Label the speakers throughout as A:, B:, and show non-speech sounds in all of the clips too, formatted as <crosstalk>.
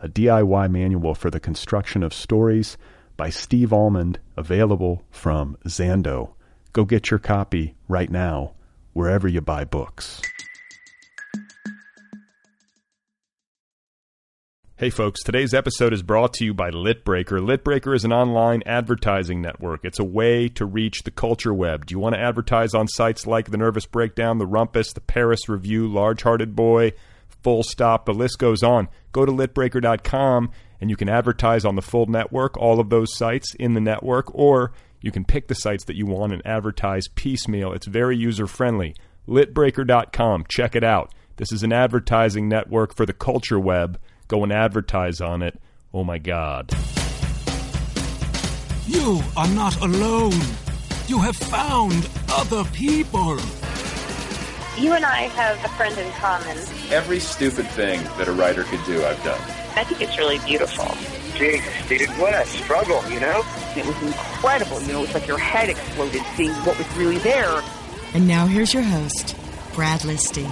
A: a DIY manual for the construction of stories by Steve Almond, available from Zando. Go get your copy right now, wherever you buy books. Hey folks, today's episode is brought to you by Litbreaker. Litbreaker is an online advertising network. It's a way to reach the culture web. Do you want to advertise on sites like The Nervous Breakdown, The Rumpus, The Paris Review, Large Hearted Boy, full stop. The list goes on. Go to litbreaker.com and you can advertise on the full network, all of those sites in the network, or you can pick the sites that you want and advertise piecemeal. It's very user friendly. Litbreaker.com. Check it out. This is an advertising network for the culture web. Go and advertise on it. Oh my God.
B: You are not alone. You have found other people.
C: You and I have a friend in common.
D: Every stupid thing that a writer could do, I've done.
C: I think it's really beautiful.
E: Jesus, dude, what a struggle, you know?
F: It was incredible. You know, it's like your head exploded seeing what was really there.
G: And now here's your host, Brad Listy.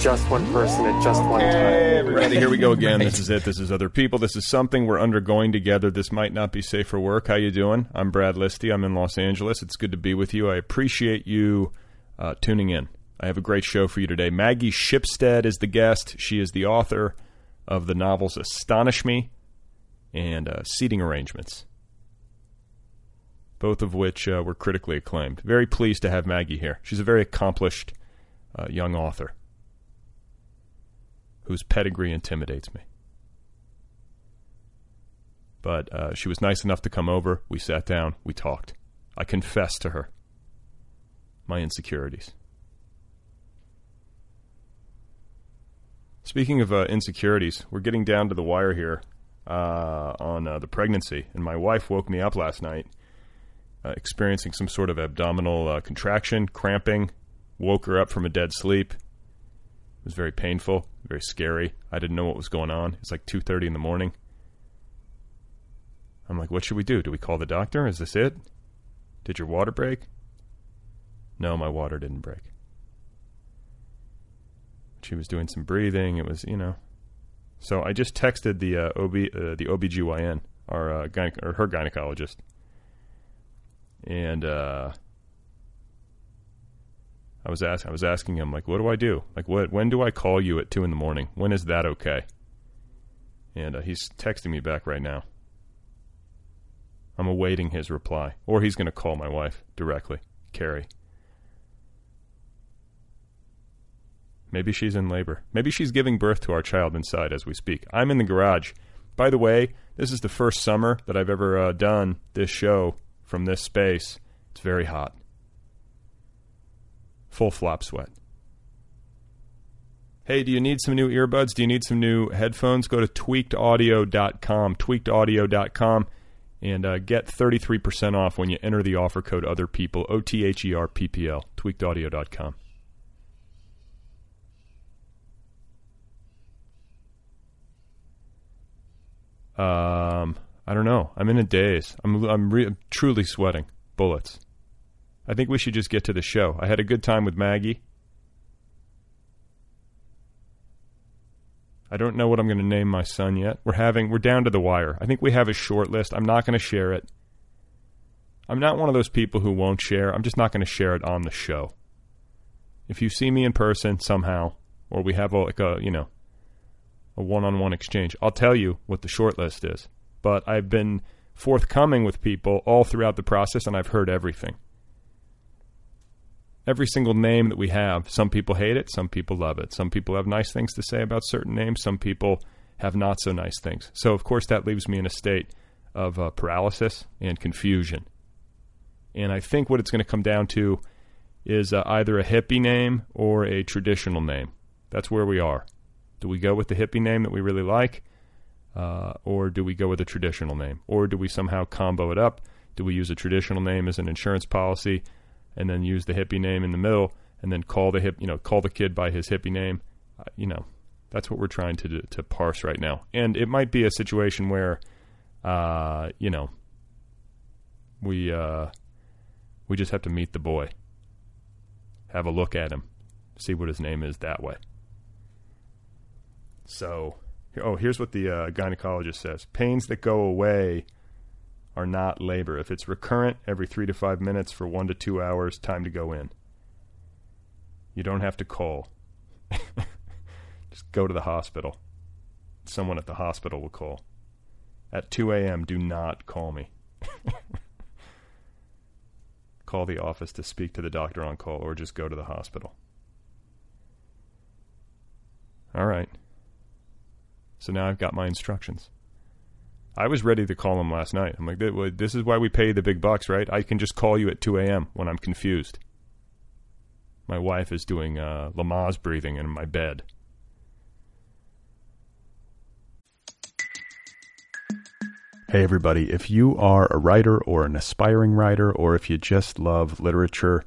H: Just one person at just one time.
A: Everybody, here we go again. This is it. This is other people. This is something we're undergoing together. This might not be safe for work. How you doing? I'm Brad Listy. I'm in Los Angeles. It's good to be with you. I appreciate you uh, tuning in. I have a great show for you today. Maggie Shipstead is the guest. She is the author of the novels Astonish Me and uh, Seating Arrangements, both of which uh, were critically acclaimed. Very pleased to have Maggie here. She's a very accomplished uh, young author whose pedigree intimidates me. But uh, she was nice enough to come over. We sat down. We talked. I confessed to her my insecurities. Speaking of uh, insecurities, we're getting down to the wire here uh, on uh, the pregnancy, and my wife woke me up last night uh, experiencing some sort of abdominal uh, contraction, cramping. Woke her up from a dead sleep. It was very painful, very scary. I didn't know what was going on. It's like two thirty in the morning. I'm like, what should we do? Do we call the doctor? Is this it? Did your water break? No, my water didn't break she was doing some breathing. It was, you know. So I just texted the uh, OB, uh, the OBGYN, our uh, gyne- or her gynecologist, and uh, I was ask- I was asking him like, what do I do? Like, what when do I call you at two in the morning? When is that okay? And uh, he's texting me back right now. I'm awaiting his reply, or he's going to call my wife directly, Carrie. Maybe she's in labor. Maybe she's giving birth to our child inside as we speak. I'm in the garage. By the way, this is the first summer that I've ever uh, done this show from this space. It's very hot. Full flop sweat. Hey, do you need some new earbuds? Do you need some new headphones? Go to tweakedaudio.com, tweakedaudio.com, and uh, get 33% off when you enter the offer code other people, O T H E R P P L, tweakedaudio.com. Um, I don't know. I'm in a daze. I'm I'm, re- I'm truly sweating bullets. I think we should just get to the show. I had a good time with Maggie. I don't know what I'm going to name my son yet. We're having we're down to the wire. I think we have a short list. I'm not going to share it. I'm not one of those people who won't share. I'm just not going to share it on the show. If you see me in person somehow, or we have a, like a you know a one on one exchange. I'll tell you what the short list is, but I've been
I: forthcoming with people all throughout the process, and I've heard everything. Every single name that we have, some people hate it, some people love it. Some people have nice things to say about certain names, some people have not so nice things. So, of course, that leaves me in a state of uh, paralysis and confusion. And I think what it's going to come down to is uh, either a hippie name or a traditional name. That's where we are. Do we go with the hippie name that we really like, uh, or do we go with a traditional name, or do we somehow combo it up? Do we use a traditional name as an insurance policy, and then use the hippie name in the middle, and then call the hip, you know, call the kid by his hippie name? Uh, you know, that's what we're trying to do, to parse right now. And it might be a situation where, uh, you know, we uh, we just have to meet the boy, have a look at him, see what his name is that way. So, oh, here's what the uh, gynecologist says: pains that go away are not labor. If it's recurrent, every three to five minutes for one to two hours, time to go in. You don't have to call. <laughs> just go to the hospital. Someone at the hospital will call. At 2 a.m., do not call me. <laughs> call the office to speak to the doctor on call or just go to the hospital. All right. So now I've got my instructions. I was ready to call him last night. I'm like, "Th- well, this is why we pay the big bucks, right? I can just call you at 2 a.m. when I'm confused. My wife is doing uh, Lamaze breathing in my bed.
A: Hey, everybody, if you are a writer or an aspiring writer, or if you just love literature,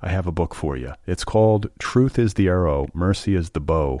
A: I have a book for you. It's called Truth is the Arrow, Mercy is the Bow,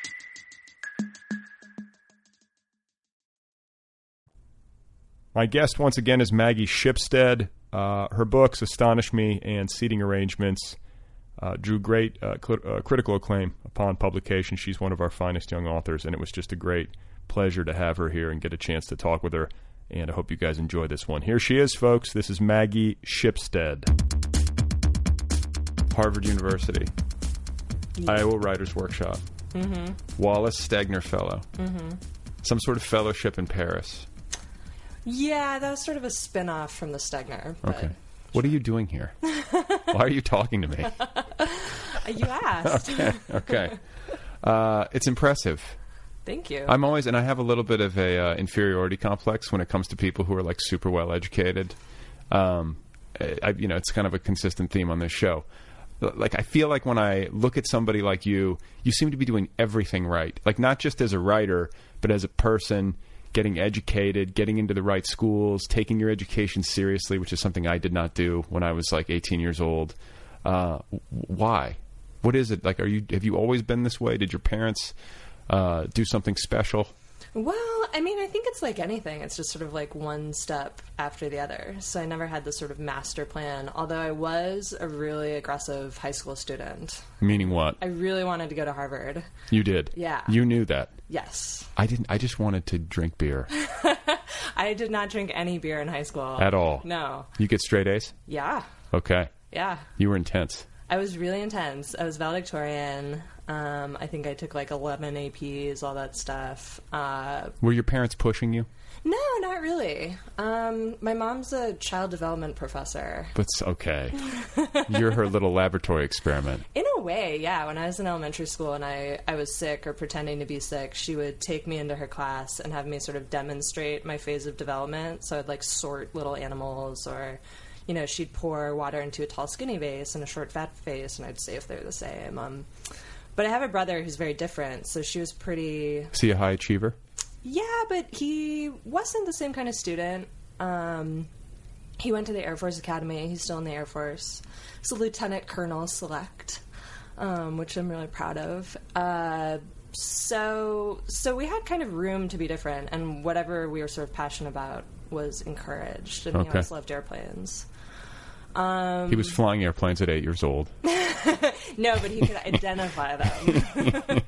I: My guest once again is Maggie Shipstead. Uh, her books, Astonish Me and Seating Arrangements, uh, drew great uh, cl- uh, critical acclaim upon publication. She's one of our finest young authors, and it was just a great pleasure to have her here and get a chance to talk with her. And I hope you guys enjoy this one. Here she is, folks. This is Maggie Shipstead, Harvard University, Iowa Writers Workshop, Wallace Stegner Fellow, some sort of fellowship in Paris.
J: Yeah, that was sort of a spin off from the Stegner. But
I: Okay. What are you doing here? Why are you talking to me?
J: <laughs> You asked.
K: Okay. Uh, it's impressive.
J: Thank you.
K: I'm always, and I have a little bit of a uh, inferiority complex when it comes to people who are like super well educated. Um, I, I- you know, it's kind of a consistent theme on this show. L- Like, I feel like when I look at somebody like you, you seem to be doing everything right. Like, not just as a writer, but as a person, getting educated, getting into the right schools, taking your education seriously, which is something I did not do when I was like 18 years old. Uh, w- why? What is it like? Are you have you always been this way? Did your parents uh, do something special?
J: well, I mean, I think it's like anything. It's just sort of like one step after the other. So I never had this sort of master plan, although I was a really aggressive high school student.
K: Meaning what?
J: I really wanted to go to Harvard.
K: You did.
J: Yeah.
K: You knew that.
J: Yes.
K: I didn't. I just wanted to drink
J: <laughs>
K: beer
J: I did not drink any beer in high school.
K: at all.
J: No.
K: You get straight A's.
J: Yeah.
K: Okay.
J: Yeah.
K: You were intense.
J: I was really intense. I was valedictorian. Um, I think I took like 11 APs, all that stuff. Uh,
K: Were your parents pushing you?
J: No, not really. Um, my mom's a child development professor.
K: That's
J: <laughs>
K: okay. You're her little laboratory experiment.
J: In a way, yeah. When I was in elementary school and I, I was sick or pretending to be sick, she would take me into her class and have me sort of demonstrate my phase of development. So I'd like sort little animals or, you know, she'd pour water into a tall, skinny vase and a short, fat vase, and I'd say if they're the same. Um, but I have a brother who's very different, so she was pretty.
I: Is he a high achiever?
J: Yeah, but he wasn't the same kind of student. Um, he went to the Air Force Academy. He's still in the Air Force. He's a lieutenant colonel select, um, which I'm really proud of. Uh, so, so we had kind of room to be different, and whatever we were sort of passionate about was encouraged. And
I: Okay.
J: he always loved airplanes. Um,
I: he was flying airplanes at eight years old.
J: no,
I: <laughs>
J: but he could identify them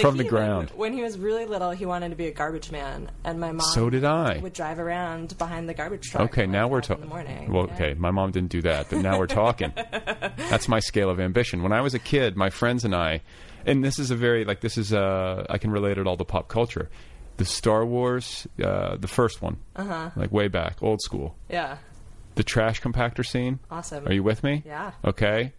I: From <laughs>
J: he,
I: the ground.
J: When he was really little, he wanted to be a garbage man, and my mom.
I: So did I.
J: Would drive around behind the garbage truck.
I: Okay,
J: at
I: now we're
J: 5 in the
I: talking.
J: morning.
I: Well,
J: Yeah.
I: okay, my mom didn't do that, but now we're
J: <laughs>
I: talking. That's my scale of ambition. When I was a kid, my friends and I, and this is a very like this is uh I can relate it all to pop culture. The Star Wars, uh, the first one,
J: Uh-huh.
I: like way back, old school.
J: Yeah.
I: The trash compactor scene.
J: Awesome.
I: Are you with me?
J: Yeah.
I: Okay.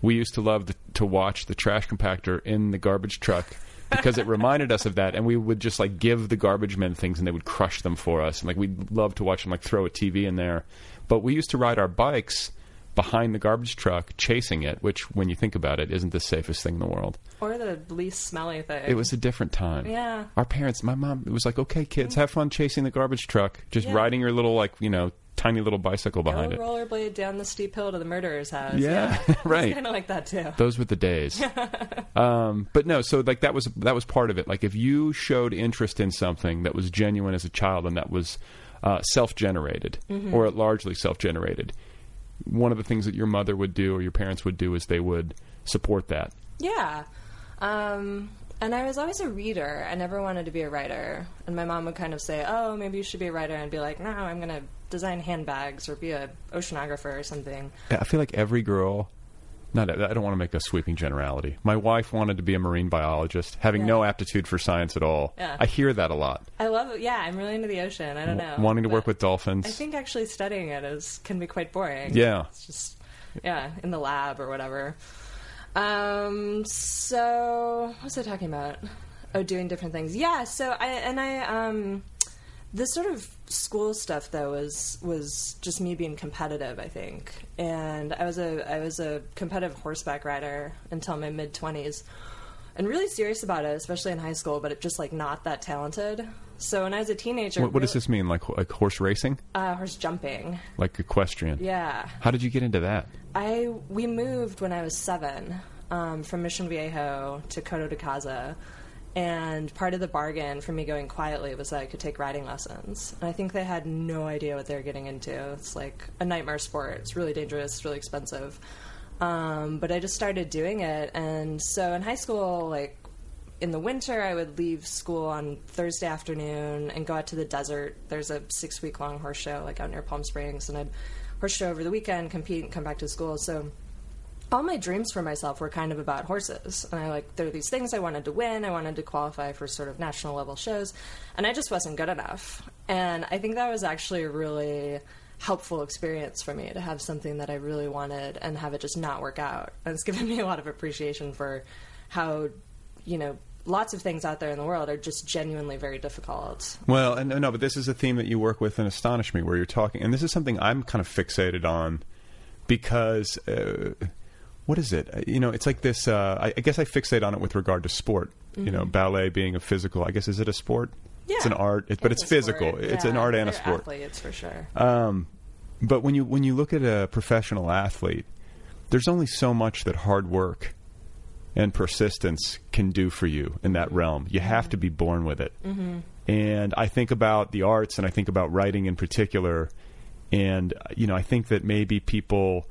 I: We used to love the, to watch the trash compactor in the garbage
J: <laughs>
I: truck because it reminded us of that, and we would just like give the garbage men things, and they would crush them for us, and like we'd love to watch them like throw a TV in there. But we used to ride our bikes behind the garbage truck, chasing it, which, when you think about it, isn't the safest thing in the world.
J: Or the least smelly thing.
I: It was a different time.
J: Yeah.
I: Our parents, my mom, it was like, okay, kids, have fun chasing the garbage truck, just
J: Yeah.
I: riding your little like you know tiny little bicycle behind
J: Go
I: it.
J: rollerblade down the steep hill to the murderer's house.
I: Yeah, <laughs>
J: <laughs>
I: right.
J: Kind of like that too.
I: Those were the
J: <laughs>
I: days. um, but no, so like that was that was part of it. Like if you showed interest in something that was genuine as a child and that was uh, self generated
L: Mhm.
J: Mm-hmm.
I: or largely self generated, one of the things that your mother would do or your parents would do is they would support that.
J: Yeah. Um, and I was always a reader. I never wanted to be a writer. And my mom would kind of say, "Oh, maybe you should be a writer," and I'd be like, "No, I'm going to design handbags or be a oceanographer or something."
I: I feel like every girl. Not, I don't want to make a sweeping generality. My wife wanted to be a marine biologist, having no aptitude for science at all.
J: Yeah.
I: I hear that a lot.
J: I love it. Yeah, I'm really into the ocean. I don't know.
I: W- wanting to work with
J: I
I: dolphins.
J: think actually studying it is can be quite boring.
I: Yeah.
J: It's just yeah, in the lab or whatever. Um so what was I talking about? Oh, doing different things. Yeah, so I and I um this sort of school stuff though was was just me being competitive, I think. And I was a I was a competitive horseback rider until my mid twenties and really serious about it, especially in high school, but it just like not that talented. So when I was a teenager,
I: What, what does
J: really-
I: this mean? Like, ho- like horse racing?
J: uh, horse jumping.
I: Like equestrian?
J: Yeah,
I: How did you get into that?
J: I we moved when I was seven um, from Mission Viejo to Coto de Casa, and part of the bargain for me going quietly was that I could take riding lessons. And I think they had no idea what they were getting into. It's like a nightmare sport. It's really dangerous. It's really expensive. Um, but I just started doing it, and so in high school, like in the winter, I would leave school on Thursday afternoon and go out to the desert. There's a six week long horse show, like out near Palm Springs, and I'd horse show over the weekend, compete, and come back to school. So all my dreams for myself were kind of about horses. And I like, there are these things I wanted to win, I wanted to qualify for sort of national level shows, and I just wasn't good enough. And I think that was actually a really helpful experience for me to have something that I really wanted and have it just not work out. And it's given <laughs> me a lot of appreciation for how you know, lots of things out there in the world are just genuinely very difficult.
I: Well, and no, but this is a theme that you work with and astonish me, where you're talking, and this is something I'm kind of fixated on because uh, what is it? Uh, You know, it's like this. Uh, I, I guess I fixate on it with regard to sport. You know,
L: Mhm.
I: ballet being a physical. I guess is it a sport?
J: Mm-hmm. Yeah.
I: It's an art, it, but it's
J: a sport.
I: physical. It's an
J: Yeah,
I: art and a
J: they're
I: sport.
J: Athletes for sure.
I: Um, but when you when you look at a professional athlete, there's only so much that hard work and persistence can do for you in that realm.
J: Mm-hmm.
I: You have to be born with it.
L: Mhm.
I: And I think about the arts, and I think about writing in particular. And you know, I think that maybe people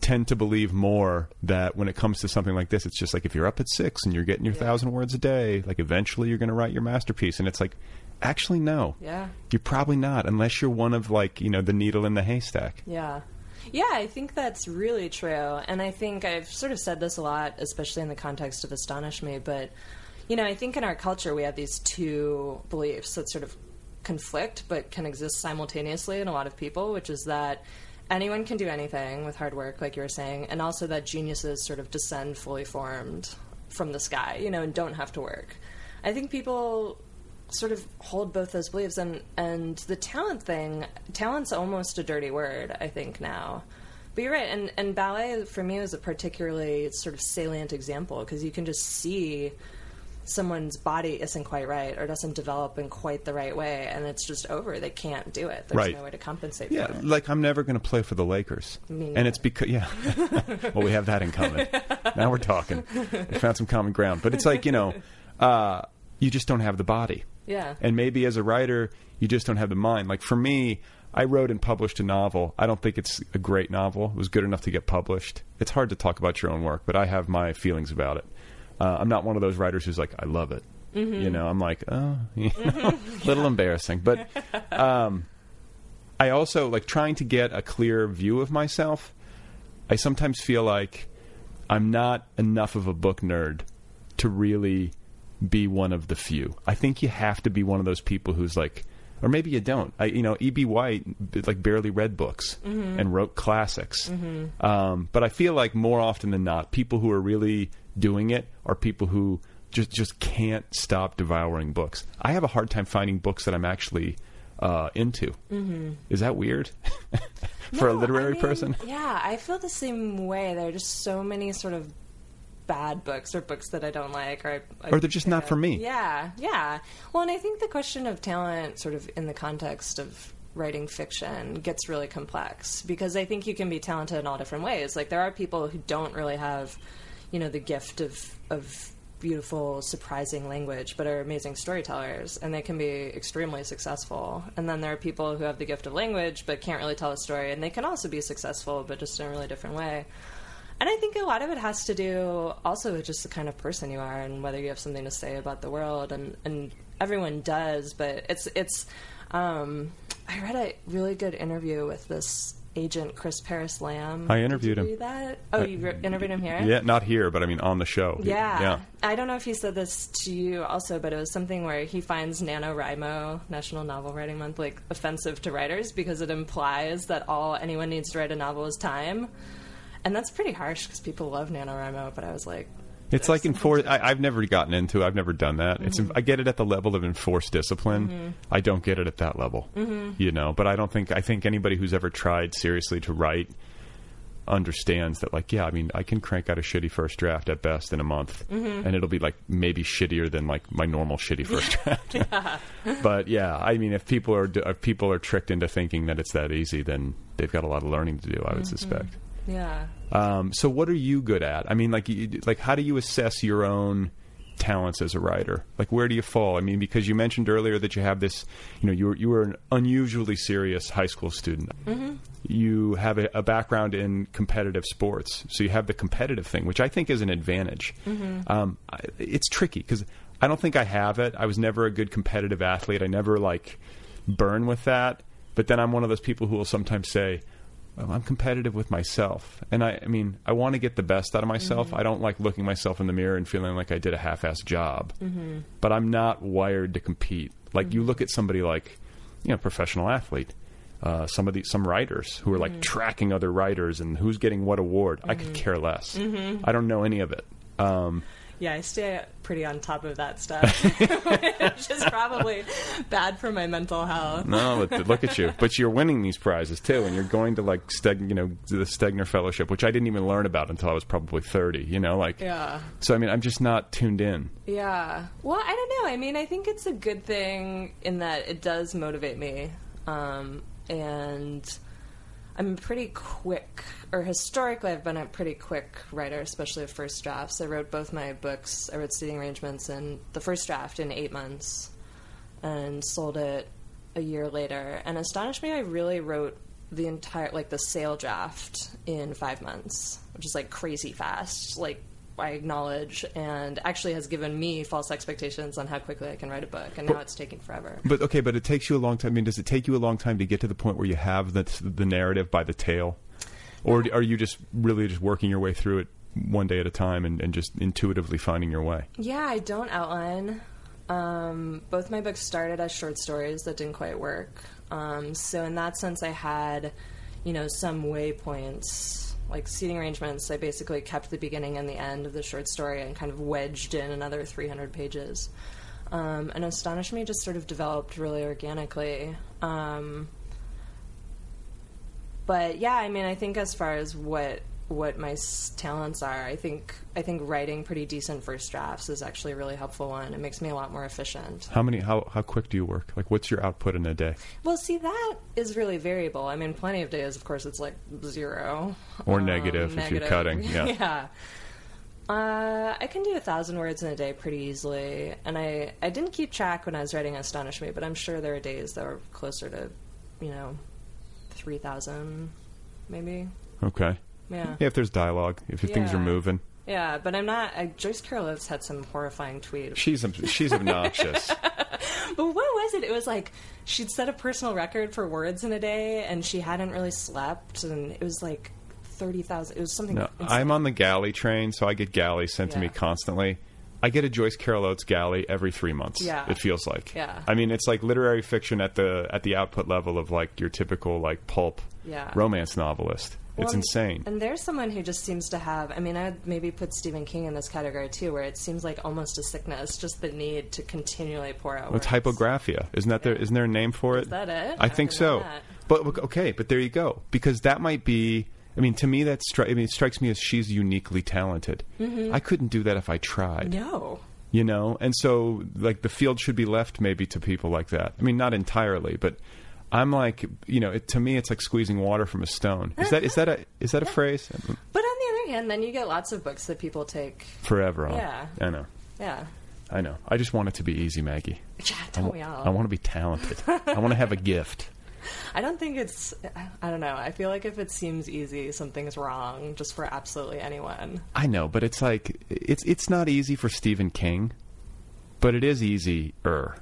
I: tend to believe more that when it comes to something like this, it's just like if you're up at six and you're getting your thousand words a day, like eventually you're going to write your masterpiece. And it's like, actually, no.
J: Yeah.
I: You're probably not, unless you're one of like you know the needle in the haystack.
J: Yeah. Yeah, I think that's really true. And I think I've sort of said this a lot, especially in the context of Astonish Me, but you know, I think in our culture we have these two beliefs that sort of conflict but can exist simultaneously in a lot of people, which is that anyone can do anything with hard work, like you were saying, and also that geniuses sort of descend fully formed from the sky, you know, and don't have to work. I think people sort of hold both those beliefs and and the talent thing talent's almost a dirty word i think now but you're right and and ballet for me was a particularly sort of salient example because you can just see someone's body isn't quite right or doesn't develop in quite the right way and it's just over they can't do it there's
I: Right.
J: no way to compensate
I: Yeah,
J: for it
I: like I'm never going to play for the Lakers,
J: Me
I: and it's because yeah.
J: <laughs>
I: well, we have that in common. now we're talking. We found some common ground, but it's like you know, uh, you just don't have the body.
J: Yeah.
I: and maybe as a writer, you just don't have the mind. Like for me, I wrote and published a novel. I don't think it's a great novel. It was good enough to get published. It's hard to talk about your own work, but I have my feelings about it. Uh, I'm not one of those writers who's like, I love it.
M: Mhm.
I: You know, I'm like, oh, <laughs> you know, little embarrassing, but. Um, I also like trying to get a clear view of myself. I sometimes feel like I'm not enough of a book nerd to really be one of the few. I think you have to be one of those people who's like, or maybe you don't. I, you know, E.B. White b- like barely read books
M: Mhm.
I: and wrote classics.
M: Mhm.
I: Um, but I feel like more often than not, people who are really doing it are people who just just can't stop devouring books. I have a hard time finding books that I'm actually uh, into.
J: Mhm.
I: Is that weird <laughs> for a literary person?
J: Yeah, I feel the same way. There are just so many sort of bad books or books that I don't like, or I, I
I: Or they're just
J: pick
I: not
J: up.
I: for me.
J: Yeah, yeah. Well, and I think the question of talent, sort of in the context of writing fiction, gets really complex because I think you can be talented in all different ways. Like there are people who don't really have, you know, the gift of of beautiful surprising language but are amazing storytellers and they can be extremely successful and then there are people who have the gift of language but can't really tell a story and they can also be successful but just in a really different way and I think a lot of it has to do also with just the kind of person you are and whether you have something to say about the world and and everyone does, but it's it's um I read a really good interview with this agent Chris Paris Lamb.
I: I interviewed
J: Did you
I: him.
J: read that? Oh,
I: Uh,
J: you re- interviewed him here?
I: Yeah, not here, but I mean on the show.
J: Yeah.
I: Yeah.
J: I don't know if he said this to you also, but it was something where he finds NaNoWriMo, National Novel Writing Month, like offensive to writers because it implies that all anyone needs to write a novel is time. And that's pretty harsh because people love NaNoWriMo, but I was like,
I: It's like enforced. I, I've never gotten into. it. I've never done that. It's.
J: Mhm.
I: I get it at the level of enforced discipline.
J: Mhm.
I: I don't get it at that level.
J: Mhm.
I: You know, but I don't think. I think anybody who's ever tried seriously to write understands that. Like, yeah, I mean, I can crank out a shitty first draft at best in a month,
J: Mm-hmm.
M: Mhm.
I: and it'll be like maybe shittier than like my normal
J: <laughs>
I: shitty first draft.
M: Yeah.
I: <laughs> but yeah, I mean, if people are if people are tricked into thinking that it's that easy, then they've got a lot of learning to do. I would
J: Mhm.
I: suspect.
J: yeah.
I: Um, so, what are you good at? I mean, like, you, like, how do you assess your own talents as a writer? Like, where do you fall? I mean, because you mentioned earlier that you have this, you know, you were, you were an unusually serious high school student.
M: Mhm.
I: You have a, a background in competitive sports, so you have the competitive thing, which I think is an advantage.
M: Mhm.
I: Um, I, it's tricky because I don't think I have it. I was never a good competitive athlete. I never like burn with that. But then I'm one of those people who will sometimes say, well, "I'm competitive with myself," and I, I mean, I want to get the best out of myself. I don't like looking myself in the mirror and feeling like I did a half-assed job.
M: Mhm.
I: But I'm not wired to compete. Like you look at somebody like, you know, professional athlete. Uh, some of the some writers who are like
M: Mhm.
I: tracking other writers and who's getting what award. I could
J: Mhm.
I: care less.
J: Mhm.
I: I don't know any of it. Um,
J: Yeah, I stay pretty on top of that stuff, <laughs> which is probably bad for my mental health.
I: No, but look at you. But you're winning these prizes too, and you're going to like Steg, you know, to the Stegner Fellowship, which I didn't even learn about until I was probably 30. You know, like.
J: Yeah.
I: So I mean, I'm just not tuned in.
J: Yeah. Well, I don't know. I mean, I think it's a good thing in that it does motivate me. Um, and I'm pretty quick, or historically, I've been a pretty quick writer, especially of first drafts. I wrote both my books, I wrote Seating Arrangements and the first draft in eight months and sold it a year later. And astonished me, I really wrote the entire, like the sale draft in five months, which is like crazy fast. Like, I acknowledge and actually has given me false expectations on how quickly I can write a book, and now
I: But-
J: it's taking forever.
I: But okay, but it takes you a long time. I mean, does it take you a long time to get to the point where you have the the narrative by the tail, or d- are you just really just working your way through it one day at a time and, and just intuitively finding your way?
J: Yeah, I don't outline. Um, both my books started as short stories that didn't quite work. Um, so in that sense, I had, you know, some waypoints like seating arrangements. I basically kept the beginning and the end of the short story and kind of wedged in another 300 pages. um, and Astonish Me just sort of developed really organically. Um, but yeah, I mean, I think as far as what what my s- talents are, I think I think writing pretty decent first drafts is actually a really helpful one. It makes me a lot more efficient.
I: How many? How how quick do you work? Like, what's your output in a day?
J: Well, see, that is really variable. I mean, plenty of days, of course, it's like zero
I: Or Uh, negative if you're cutting, <laughs> yeah.
J: <laughs> yeah. Uh, I can do a thousand words in a day pretty easily, and I I didn't keep track when I was writing Astonish Me, but I'm sure there are days that were closer to, you know, three thousand, maybe.
I: Okay.
J: Yeah.
I: If there's dialogue, if things are
J: Yeah.
I: moving,
J: Yeah, but I'm not. I, Joyce Carol Oates had some horrifying tweet.
I: she's ob- she's obnoxious.
J: But what was it? It was like she'd set a personal record for words in a day, and she hadn't really slept, and it was like thirty thousand. It was something.
I: No, I'm on the galley train, so I get galleys sent to me
J: Yeah.
I: constantly. I get a Joyce Carol Oates galley every three months.
J: Yeah.
I: it feels like.
J: Yeah.
I: I mean, it's like literary fiction at the at the output level of like your typical like pulp
J: Yeah.
I: romance novelist.
J: Well,
I: it's
J: and-
I: insane.
J: And there's someone who just seems to have. I mean, I would maybe put Stephen King in this category too, where it seems like almost a sickness, just the need to continually pour out.
I: What's
J: Words.
I: hypographia? Isn't that there? Isn't there a name for it? Is
J: that it?
I: I
J: I
I: think
J: didn't
I: so.
J: know that.
I: But look, okay, but there you go. Because that might be. I mean, to me, that stri- I mean, it strikes me as she's uniquely talented.
J: Mhm.
I: I couldn't do that if I tried.
J: No.
I: you know and so like the field should be left maybe to people like that i mean not entirely but i'm like you know it, to me it's like squeezing water from a stone is that is that a is that a
J: <laughs>
I: phrase
J: But on the other hand, then you get lots of books that people take.
I: forever on
J: Yeah.
I: i know
J: Yeah.
I: i know i just want it to be easy maggie
J: Yeah,
I: I
J: don't
I: wa-
J: we all?
I: I want to be talented i want to
J: <laughs>
I: have a gift
J: I don't think it's. I don't know. I feel like if it seems easy, something's wrong just for absolutely anyone.
I: i know but it's like it's it's not easy for stephen king but it is easier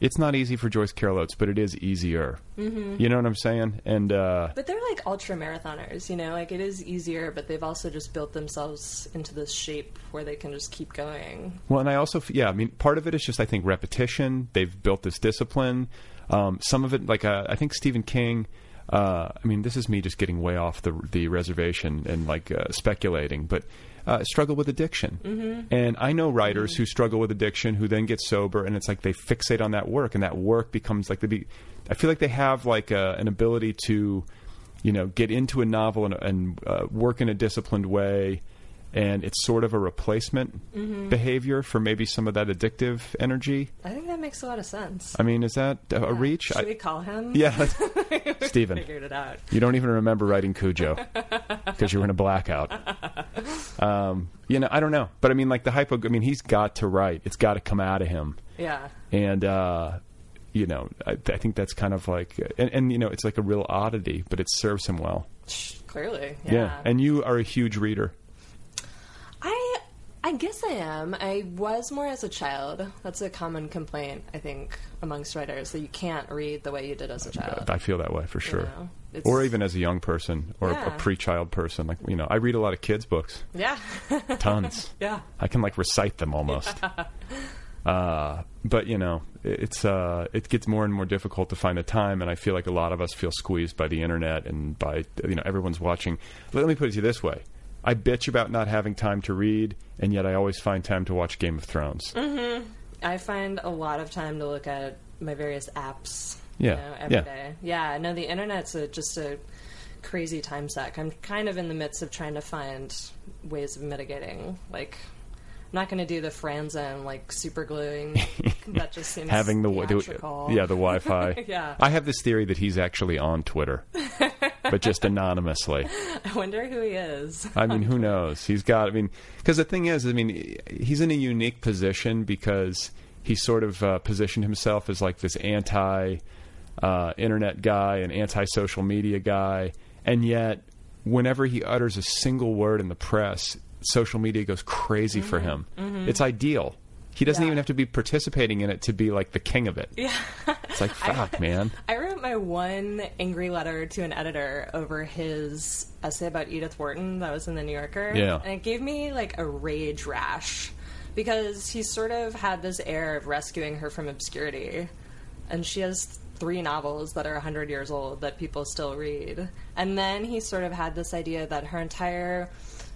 I: it's not easy for joyce carol oates but it is easier
J: Mhm.
I: you know what i'm saying and uh
J: But they're like ultra marathoners, you know? Like it is easier, but they've also just built themselves into this shape where they can just keep going.
I: Well, and I also, f- yeah, I mean, part of it is just I think repetition. They've built this discipline. Um, some of it, like uh, I think Stephen King. Uh, I mean, this is me just getting way off the the reservation and like uh, speculating, but uh, struggle with addiction.
N: Mhm.
I: And I know writers who struggle with addiction who then get sober, and it's like they fixate on that work, and that work becomes like the. Be- I feel like they have like uh, an ability to, you know, get into a novel and, and uh, work in a disciplined way, and it's sort of a replacement
J: Mhm.
I: behavior for maybe some of that addictive energy.
J: I think that makes a lot of sense.
I: I mean, is that a a Uh, reach?
J: Should
I: I-
J: we call him?
I: <laughs> Yeah,
J: <laughs>
I: let's- Steven.
J: Figured it out.
I: you don't even remember writing Cujo because you were in a blackout. Um, you know, I don't know, but I mean, like the hypo. I mean, he's got to write. It's got to come out of him.
J: Yeah.
I: and uh, you know, I, I think that's kind of like, and, and you know, it's like a real oddity, but it serves him well.
J: Clearly.
I: Yeah. and you are a huge reader.
J: I I guess I am. I was more as a child. That's a common complaint, I think, amongst writers that you can't read the way you did as a child.
I: I feel that way for sure,
J: know, it's-
I: or even as a young person or a,
J: Yeah.
I: a pre-child person. Like you know, I read a lot of kids'
J: <laughs>
I: books,
J: Yeah.
I: tons.
J: Yeah.
I: I can like recite them almost. Uh, but you know, it- it's uh, it gets more and more difficult to find the time, and I feel like a lot of us feel squeezed by the internet and by you know everyone's watching. Let me put it to you this way: I bitch about not having time to read, and yet I always find time to watch Game of Thrones.
J: hmm I find a lot of time to look at my various apps.
I: Yeah,
J: You know, every
I: yeah.
J: day. Yeah. No, the internet's a, just a crazy time suck. I'm kind of in the midst of trying to find ways of mitigating. Like, I'm not going to do the Franzen, like,
I: <laughs>
J: super gluing. that just seems
I: Having the, the
J: theatrical.
I: yeah the Wi-Fi.
J: yeah.
I: I have this theory that he's actually on Twitter, but just anonymously.
J: <laughs> I wonder who he is.
I: I mean,
J: <laughs>
I: who knows? He's got. I mean, because the thing is, I mean, he's in a unique position because he sort of uh, positioned himself as like this anti uh, internet guy and anti social media guy, and yet whenever he utters a single word in the press, social media goes crazy for him.
J: mhm.
I: It's ideal. He doesn't
J: Yeah.
I: even have to be participating in it to be like the king of it.
J: Yeah. <laughs>
I: It's like fuck, man.
J: I wrote my one angry letter to an editor over his essay about Edith Wharton that was in the New Yorker.
I: Yeah.
J: And it gave me like a rage rash because he sort of had this air of rescuing her from obscurity. And she has three novels that are 100 years old that people still read. And then he sort of had this idea that her entire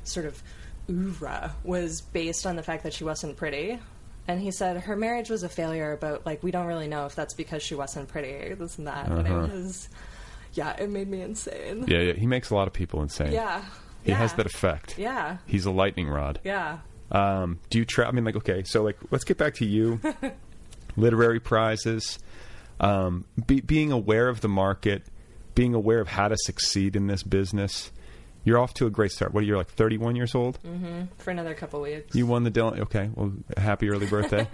J: sort of oeuvre was based on the fact that she wasn't pretty. And he said her marriage was a failure, but like we don't really know if that's because she wasn't pretty, this and that. And
I: Uh-huh.
J: it was, yeah, it made me insane.
I: Yeah, yeah, he makes a lot of people insane.
J: Yeah.
I: He
J: Yeah.
I: has that effect.
J: Yeah.
I: He's a lightning rod.
J: Yeah.
I: Um, do you travel? I mean, like, okay, so like, let's get back to you. Literary prizes, um, be- being aware of the market, being aware of how to succeed in this business. You're off to a great start. What are you like? 31 years old.
J: hmm For another couple weeks.
I: You won the Dylan. Okay, well, happy early birthday.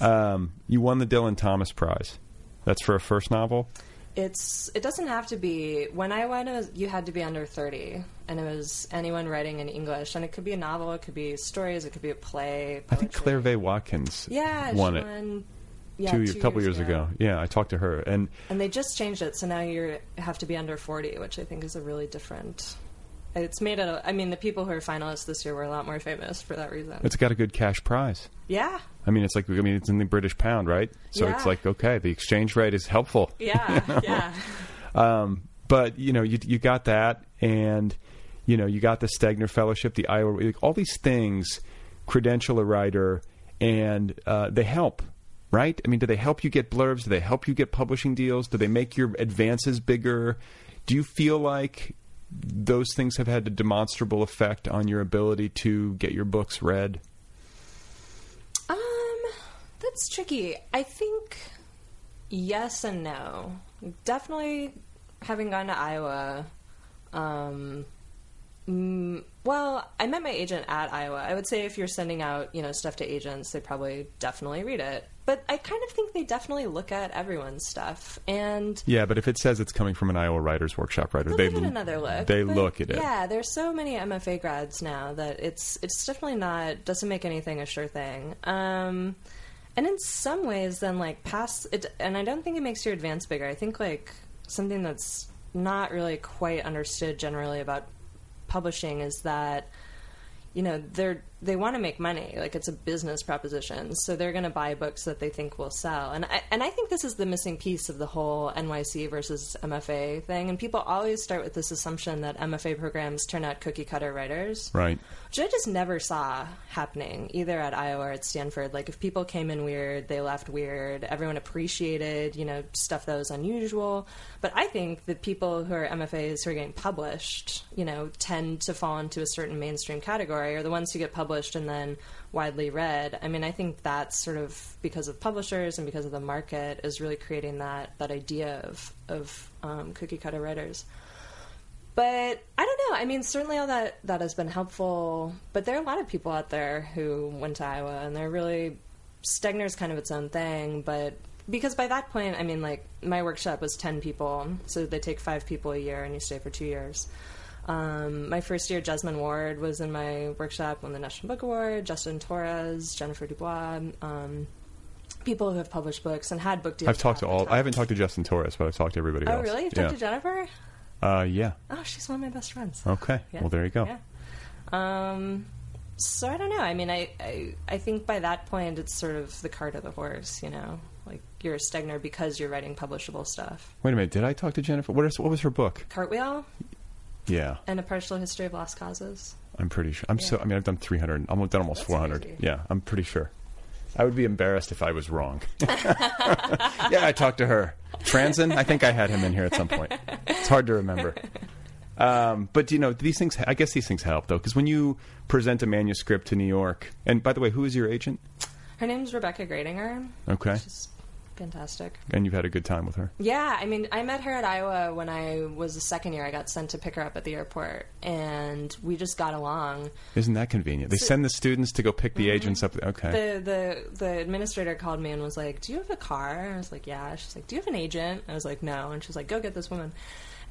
I: um, you won the Dylan Thomas Prize. That's for a first novel.
J: It's it doesn't have to be when I went. It was, you had to be under thirty, and it was anyone writing in English, and it could be a novel, it could be stories, it could be a play.
I: I think Claire V. Watkins
J: Yeah,
I: won
J: she
I: it
J: won. Yeah,
I: two,
J: two
I: a couple years ago. Yeah, I talked to her, and
J: And they just changed it, so now you have to be under 40, which I think is a really different. It's made it. a- I mean, the people who are finalists this year were a lot more famous for that reason.
I: it's got a good cash prize.
J: yeah,
I: I mean, it's like I mean, it's in the British pound, right? So it's
J: Yeah.
I: like okay, the exchange rate is helpful.
J: yeah,
I: <laughs> You know?
J: yeah.
I: Um, but you know, you you got that, and you know, you got the Stegner Fellowship, the Iowa, like, all these things credential a writer, and uh, they help, right? I mean, do they help you get blurbs? Do they help you get publishing deals? Do they make your advances bigger? Do you feel like those things have had a demonstrable effect on your ability to get your books read?
J: Um, that's tricky. I think yes and no. Definitely, having gone to Iowa, um, mm, well, I met my agent at Iowa. I would say if you're sending out you know stuff to agents, they probably definitely read it. But I kind of think they definitely look at everyone's stuff and
I: Yeah, but if it says it's coming from an Iowa Writers Workshop writer,
J: They'll
I: they
J: give it another look.
I: They
J: but
I: look at it.
J: Yeah, there's so many MFA grads now that it's it's definitely not doesn't make anything a sure thing. Um, and in some ways, then like past it, and I don't think it makes your advance bigger. I think like something that's not really quite understood generally about publishing is that you know they're they want to make money like it's a business proposition so they're going to buy books that they think will sell and I, and I think this is the missing piece of the whole NYC versus MFA thing and people always start with this assumption that MFA programs turn out cookie cutter writers
I: Right.
J: which I just never saw happening either at Iowa or at Stanford. Like, if people came in weird, they left weird. Everyone appreciated, you know, stuff that was unusual. But I think the people who are MFAs who are getting published, you know, tend to fall into a certain mainstream category or the ones who get published and then widely read. I mean, I think that's sort of because of publishers and because of the market is really creating that, that idea of, of um, cookie cutter writers but I don't know. I mean, certainly all that that has been helpful. But there are a lot of people out there who went to Iowa, and they're really Stegner's kind of its own thing. But because by that point, I mean, like my workshop was ten people, so they take five people a year, and you stay for two years. Um, my first year, Jasmine Ward was in my workshop, won the National Book Award. Justin Torres, Jennifer Dubois, um, people who have published books and had book deals.
I: I've talked to all. I haven't talked to Justin Torres, but I've talked to everybody
J: Oh,
I: else.
J: really? You've
I: yeah.
J: talked to Jennifer?
I: Uh, yeah.
J: Oh, she's one of my best friends.
I: Okay.
J: Yeah.
I: Well, there you go.
J: Yeah. Um, so I don't know. I mean, I, I I think by that point it's sort of the cart of the horse. You know, like you're a Stegner because you're writing publishable stuff.
I: Wait a minute. Did I talk to Jennifer? What, is, what was her book?
J: Cartwheel
I: Yeah,
J: and a partial history of lost causes.
I: I'm pretty sure. I'm so. I mean, I've done 300. I'm done almost 400.
J: crazy.
I: Yeah, I'm pretty sure. I would be embarrassed if I was
J: <laughs>
I: wrong. yeah, I talked to her. Transin. I think I had him in here at some point. It's hard to remember. Um, but you know, these things. I guess these things help though, because when you present a manuscript to New York, and by the way, who is your agent?
J: Her name's Rebecca Gradinger.
I: Okay.
J: She's fantastic.
I: And you've had a good time with her.
J: Yeah, I mean, I met her at Iowa when I was the second year. I got sent to pick her up at the airport, and we just got along.
I: Isn't that convenient? They
J: So- Mm-hmm.
I: send the students to go pick the agents up. Okay.
J: The the the administrator called me and was like, "Do you have a car?" And I was like, "Yeah." She's like, "Do you have an agent?" And I was like, "No." And she's like, "Go get this woman."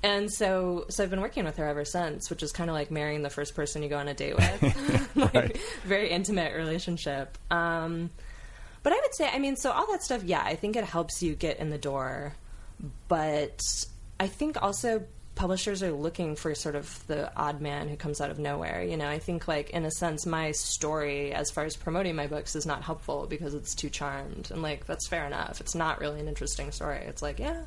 J: And so so I've been working with her ever since, which is kind of like marrying the first person you go on a date with. <laughs> like, Very intimate relationship. Um, but I would say, I mean, so all that stuff, yeah, I think it helps you get in the door. But I think also publishers are looking for sort of the odd man who comes out of nowhere. You know, I think, like, in a sense, my story as far as promoting my books is not helpful because it's too charmed. And, like, that's fair enough. It's not really an interesting story. It's like, yeah,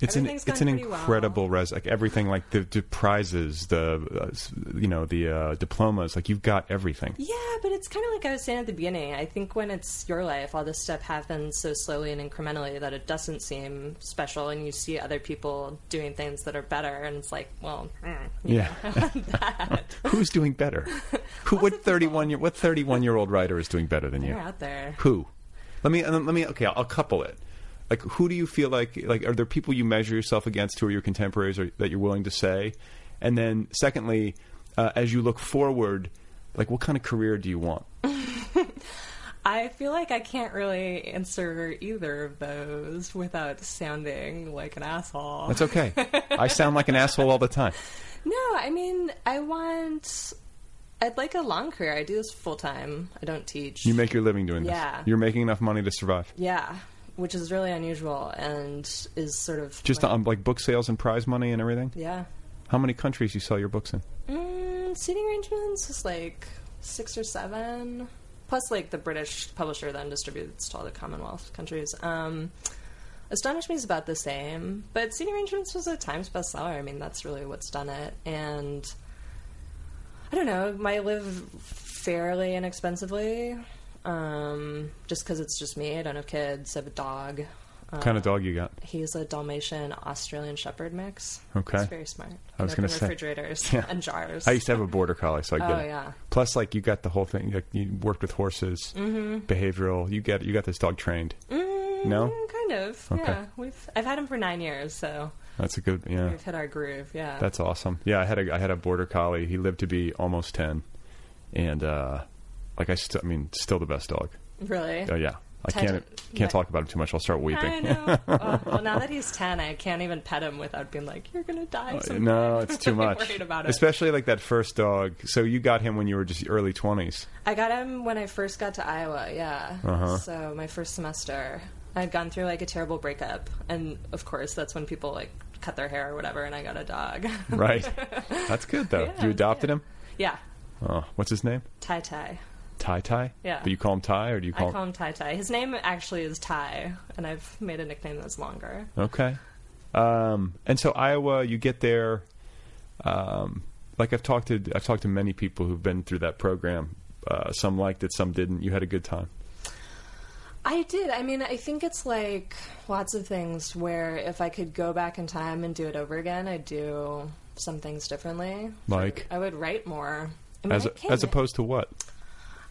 I: It's an
J: Everything's
I: it's an
J: gone pretty well.
I: incredible res like everything like the, the prizes the uh, s- you know the uh, diplomas like you've got everything.
J: Yeah, but it's kind of like I was saying at the beginning. I think when it's your life, all this stuff happens so slowly and incrementally that it doesn't seem special, and you see other people doing things that are better, and it's like, well, mm, you <laughs>
I: Yeah. <laughs> Who's doing better? Who what thirty one year what thirty one year old writer is doing better than you?
J: They're out there.
I: Who? Let me let me okay. I'll, I'll couple it. Like who do you feel like like are there people you measure yourself against who are your contemporaries or, that you're willing to say? And then secondly, uh, as you look forward, like what kind of career do you want?
J: I feel like I can't really answer either of those without sounding like an asshole.
I: That's
J: <laughs>
I: okay. I sound like an asshole all the time.
J: No, I mean, I want. I'd like a long career. I do this full time. I don't teach.
I: You make your living doing
J: Yeah.
I: this. You're making enough money to survive.
J: yeah, which is really unusual and is sort of
I: Just
J: my-
I: on like book sales and prize money and everything.
J: yeah.
I: How many countries you sell your books in?
J: Mm, seating arrangements is like six or seven, plus like the British publisher then distributes to all the Commonwealth countries. Um, Astonish Me is about the same, but seating arrangements was a Times bestseller. I mean, that's really what's done it, and I don't know. I live fairly inexpensively, um, just because it's just me. I don't have kids. I have a dog.
I: What kind of
J: Uh,
I: dog you got?
J: He's a Dalmatian Australian Shepherd mix.
I: Okay.
J: He's very smart.
I: I was
J: Can
I: going
J: open
I: to say
J: refrigerators
I: Yeah.
J: and jars.
I: I used to have a border collie, so I get
J: Oh,
I: it.
J: yeah.
I: Plus, like you got the whole thing. Like, you worked with horses,
J: Mhm.
I: behavioral. You get you got this dog trained.
J: Mm,
I: No?
J: kind of.
I: Okay.
J: Yeah, we've I've had him for nine years, so
I: That's a good. Yeah,
J: we've hit our groove. Yeah,
I: that's awesome. Yeah, I had a I had a border collie. He lived to be almost ten, and uh, like I, st- I mean, still the best dog.
J: really.
I: Oh yeah, I
J: Ten-
I: can't can't talk about him too much. I'll start weeping. <laughs>
J: I know. oh, well, now that he's ten, I can't even pet him without being like, "You're gonna <laughs> die."
I: Uh,
J: someday."
I: No, it's too
J: I'm
I: much.
J: worried about it.
I: Especially like that first dog. So you got him when you were just early twenties.
J: I got him when I first got to Iowa. Yeah.
I: Uh-huh.
J: So my first semester, I had gone through like a terrible breakup, and of course, that's when people like cut their hair or whatever, and I got a dog. <laughs>
I: Right. That's good though.
J: Yeah,
I: you
J: it's
I: adopted him.
J: yeah,
I: Oh, what's his name?
J: Ty Ty.
I: Ty Ty.
J: Yeah.
I: Do you call him Ty or do you
J: I
I: call?
J: call him Ty Ty. His name actually is Ty, and I've made a nickname that's longer.
I: Okay. Um, and so Iowa, you get there. Um, like I've talked to, I've talked to many people who've been through that program. Uh, some liked it, some didn't. You had a good time.
J: I did. I mean, I think it's like lots of things where if I could go back in time and do it over again, I'd do some things differently.
I: Like?
J: I would write more. I mean,
I: As
J: I came-
I: as opposed to what?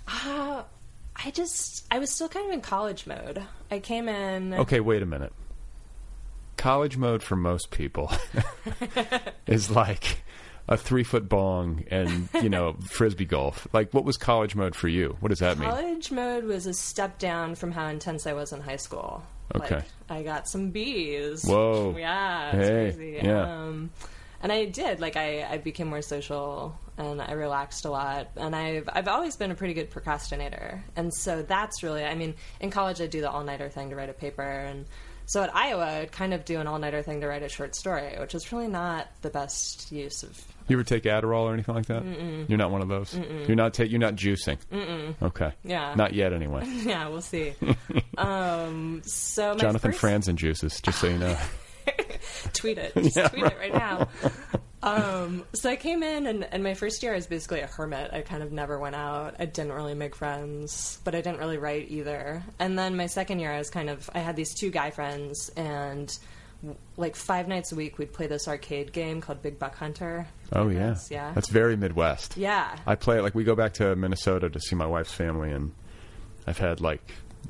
J: Uh, I just I was still kind of in college mode. I came in.
I: Okay, wait a minute. College mode for most
J: <laughs>
I: people is like a three foot bong and, you know, frisbee golf. Like, what was college mode for you? What does that mean?
J: College mode was a step down from how intense I was in high school.
I: Okay.
J: Like, I got some B's.
I: Whoa.
J: Yeah. It's
I: Hey,
J: crazy.
I: yeah.
J: Um, and I did. Like, I, I became more social and I relaxed a lot. And I've, I've always been a pretty good procrastinator. And so that's really, I mean, in college, I do the all nighter thing to write a paper. And so at Iowa, I'd kind of do an all nighter thing to write a short story, which is really not the best use of. <laughs>
I: You ever take Adderall or anything like that?
J: Mm-mm.
I: You're not one of those.
J: Mm-mm.
I: You're not ta- you're not juicing.
J: Mm-mm.
I: Okay.
J: Yeah.
I: Not yet,
J: <laughs>
I: anyway.
J: yeah, we'll
I: <laughs>
J: see. um, so my
I: Jonathan
J: first-
I: Franzen juices, just so you
J: <laughs>
I: know. <laughs>
J: tweet it. Just
I: Yeah,
J: tweet it right now. Um, so I came in, and, and my first year I was basically a hermit. I kind of never went out. I didn't really make friends, but I didn't really write either. And then my second year, I was kind of I had these two guy friends, and w- like five nights a week we'd play this arcade game called Big Buck Hunter.
I: Oh, yeah.
J: Yes, yeah.
I: That's very Midwest.
J: Yeah.
I: I play like we go back to Minnesota to see my wife's family, and I've had like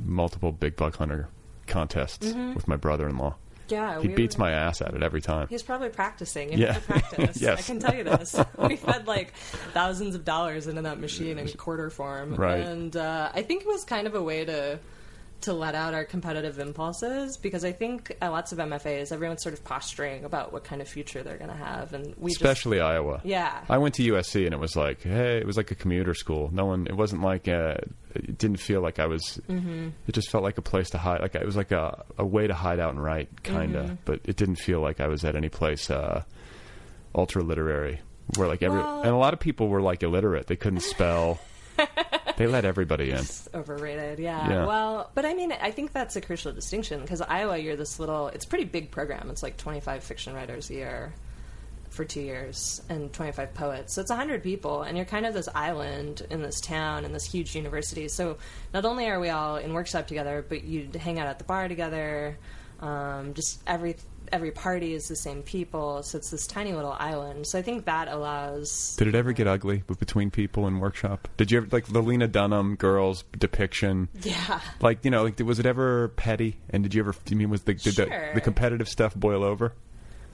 I: multiple big buck hunter contests
J: Mhm.
I: with my brother-in-law.
J: Yeah,
I: he
J: Oh, we
I: beats
J: were-
I: my ass at it every time.
J: He's probably practicing. You
I: Yeah.
J: have to
I: <laughs>
J: practice.
I: Yes.
J: I can tell
I: <laughs>
J: you this. <laughs> We fed like thousands of dollars into that machine in quarter form.
I: Right.
J: And uh, I think it was kind of a way to to let out our competitive impulses because I think at lots of MFAs, everyone's sort of posturing about what kind of future they're going to have, and we
I: Especially Iowa.
J: Yeah.
I: I went to USC and it was like, hey, it was like a commuter school. No one, it wasn't like, uh it didn't feel like I was,
J: Mhm.
I: it just felt like a place to hide. Like it was like a, a way to hide out and write, kind of.
J: Mhm.
I: But it didn't feel like I was at any place uh, ultra literary where like every,
J: Well- <laughs>
I: and a lot of people were like illiterate. They couldn't spell. They let everybody in.
J: overrated. Yeah.
I: Yeah.
J: Well, but I mean, I think that's a crucial distinction because Iowa, you're this little. It's a pretty big program. It's like 25 fiction writers a year for two years and 25 poets. So it's 100 people, and you're kind of this island in this town and this huge university. So not only are we all in workshop together, but you hang out at the bar together. Um, just every every party is the same people, so it's this tiny little island. So I think that allows
I: Did it ever get ugly with- between people in workshop? Did you ever like the Lena Dunham girls depiction?
J: Yeah.
I: Like you know, like was it ever petty? And did you ever? You mean was the did the,
J: Sure.
I: the competitive stuff boil over?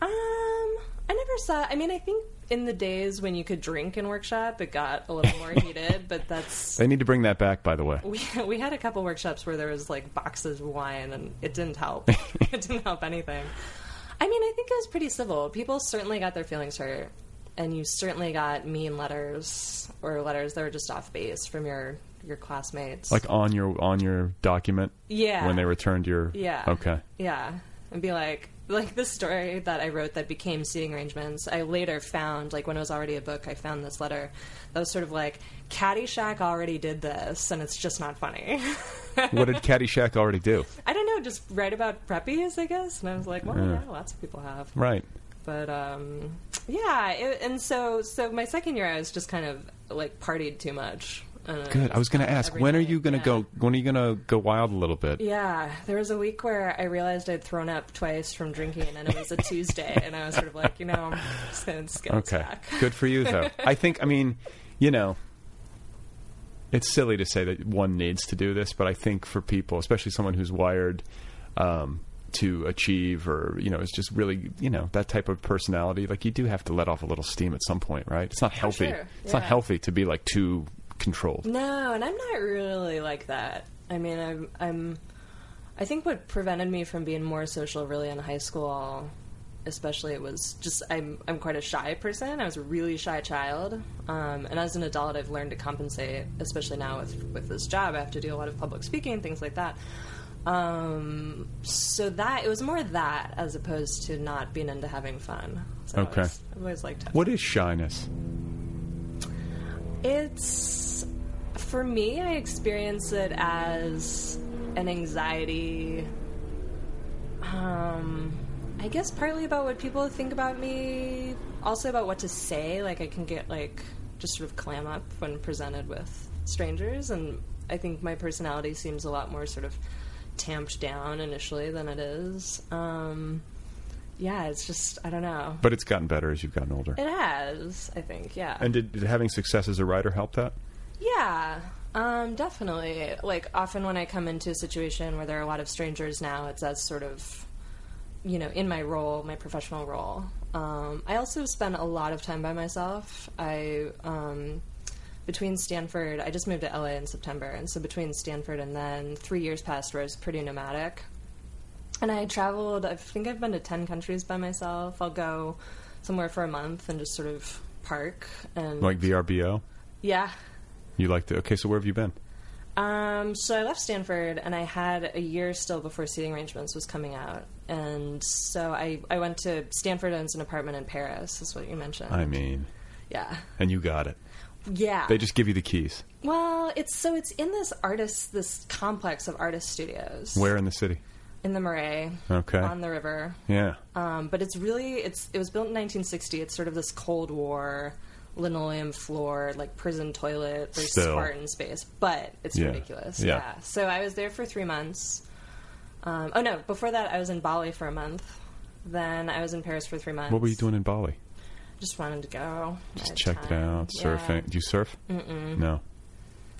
J: Um, I never saw. I mean, I think in the days when you could drink in workshop, it got a little more heated. But that's
I: They need to bring that back, by the way.
J: we <laughs> we had a couple workshops where there was like boxes of wine, and it
I: <laughs>
J: didn't help. it didn't help anything. I mean, I think it was pretty civil. People certainly got their feelings hurt, and you certainly got mean letters or letters that were just off base from your your classmates.
I: Like on your on your document.
J: Yeah.
I: When they returned your.
J: Yeah.
I: Okay.
J: Yeah. And be like, like this story that I wrote that became seating arrangements. I later found, like when it was already a book, I found this letter that was sort of like, Caddyshack already did this, and it's just not funny. <laughs>
I: what did Caddyshack already do?
J: I don't know, just write about preppies, I guess. And I was like, well,
I: Yeah.
J: yeah, lots of people have.
I: Right.
J: But um, yeah, it, and so so my second year, I was just kind of like partied too much. And
I: Good. I was going to
J: just
I: ask,
J: every
I: when are
J: night,
I: you going to
J: yeah.
I: go? When are you going to go wild a little bit?
J: Yeah, there was a week where I realized I'd thrown up twice from drinking, and it was a Tuesday, and I was sort of like, you know, I'm just gonna just get
I: Okay.
J: back. <laughs>
I: Good for you, though. I think, I mean, you know, it's silly to say that one needs to do this, but I think for people, especially someone who's wired um, to achieve or, you know, is just really, you know, that type of personality, like you do have to let off a little steam at some point, right? It's not healthy.
J: sure.
I: It's not
J: Yeah.
I: healthy to be like too controlled.
J: No, and I'm not really like that. I mean, I'm, I'm. I think what prevented me from being more social really in high school, especially, was just I'm I'm quite a shy person. I was a really shy child, um, and as an adult, I've learned to compensate, especially now with with this job. I have to do a lot of public speaking, things like that. Um, so that it was more that as opposed to not being into having fun. So
I: Okay.
J: it's- I've always liked
I: What is shyness?
J: it's for me, I experience it as an anxiety. Um, I guess partly about what people think about me, also about what to say. Like I can get like just sort of clam up when presented with strangers, and I think my personality seems a lot more sort of tamped down initially than it is. Um, yeah, it's just I don't know.
I: But it's gotten better as you've gotten older.
J: It has, I think, yeah.
I: And did, did having success as a writer help that?
J: Yeah, um, definitely. Like often when I come into a situation where there are a lot of strangers now, it's as sort of, you know, in my role, my professional role. Um, I also spend a lot of time by myself. I um, between Stanford, I just moved to LA in September, and so between Stanford and then three years passed where I was pretty nomadic. And I traveled, I think I've been to 10 countries by myself. I'll go somewhere for a month and just sort of park and.
I: Like VRBO?
J: Yeah,
I: You like to. Okay, so where have you been?
J: um, so I left Stanford, and I had a year still before Seating Arrangements was coming out, and so I, I went to Stanford owns an apartment in Paris. Is what you mentioned.
I: I mean,
J: yeah,
I: and you got it.
J: yeah.
I: They just give you the keys.
J: well, it's so it's in this artist this complex of artist studios
I: Where in the city?
J: in the Marais,
I: Okay.
J: on the river.
I: Yeah.
J: Um, but it's really it's it was built in 1960. It's sort of this Cold War linoleum floor, like prison toilet, very
I: Still.
J: Spartan space. But it's
I: Yeah.
J: ridiculous.
I: Yeah.
J: Yeah. So I was there for three months. Um, oh no! Before that, I was in Bali for a month. Then I was in Paris for three months.
I: What were you doing in Bali?
J: Just wanted to go. I
I: Just
J: had
I: checked it
J: time.
I: out,
J: Yeah.
I: surfing. Do you surf?
J: Mm-mm.
I: No.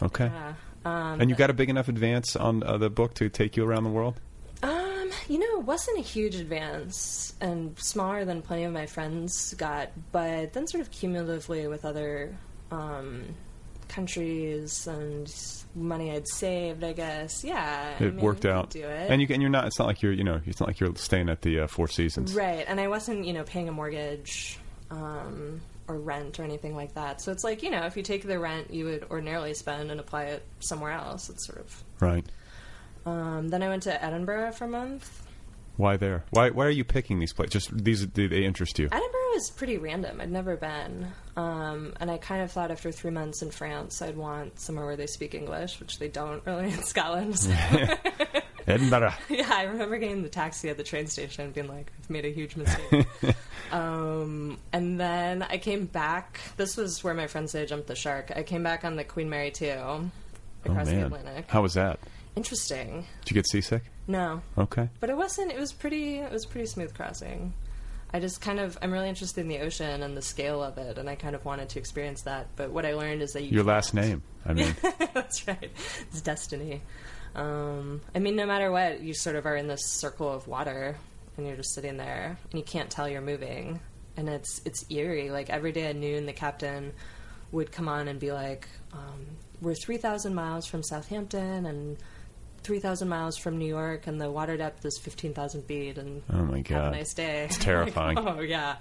I: Okay.
J: Yeah. Um,
I: and you got a big enough advance on uh, the book to take you around the world?
J: Um, you know, it wasn't a huge advance and smaller than plenty of my friends got, but then sort of cumulatively with other um, countries and money I'd saved, I guess. Yeah, I
I: It
J: mean,
I: worked
J: you could
I: out.
J: Do it.
I: And you and you're not. It's not like you're. You know. It's not like you're staying at the uh, Four Seasons.
J: right? And I wasn't, you know, paying a mortgage um, or rent or anything like that. So it's like you know, if you take the rent you would ordinarily spend and apply it somewhere else, it's sort of.
I: Right.
J: Um, then I went to Edinburgh for a month.
I: Why there? Why Why are you picking these places? Just these. They, they interest you.
J: Edinburgh it was pretty random. I'd never been, um, and I kind of thought after three months in France, I'd want somewhere where they speak English, which they don't really in Scotland. so- <laughs>
A: Edinburgh.
I: Oh,
J: yeah, I remember getting the taxi at the train station and being like, I've made a huge mistake. um, and then I came back. This was where my friends say I jumped the shark. I came back on the Queen Mary 2 across the Atlantic.
I: How was that?
J: Interesting.
I: Did you get seasick?
J: No.
I: Okay.
J: But it wasn't. It was pretty. It was pretty smooth crossing. I just kind of. I'm really interested in the ocean and the scale of it, and I kind of wanted to experience that. But what I learned is that you
I: Your last name. I
J: <laughs>
I: mean,
J: That's right. It's destiny. Um, I mean, no matter what, you sort of are in this circle of water, and you're just sitting there, and you can't tell you're moving, and it's it's eerie. Like every day at noon, the captain would come on and be like, um, "We're three thousand miles from Southampton, and." 3,000 miles from New York, and the water depth is 15,000 feet. And
I: Oh my
J: Have a
I: God.
J: nice day. <laughs>
I: It's terrifying.
J: Like, oh yeah,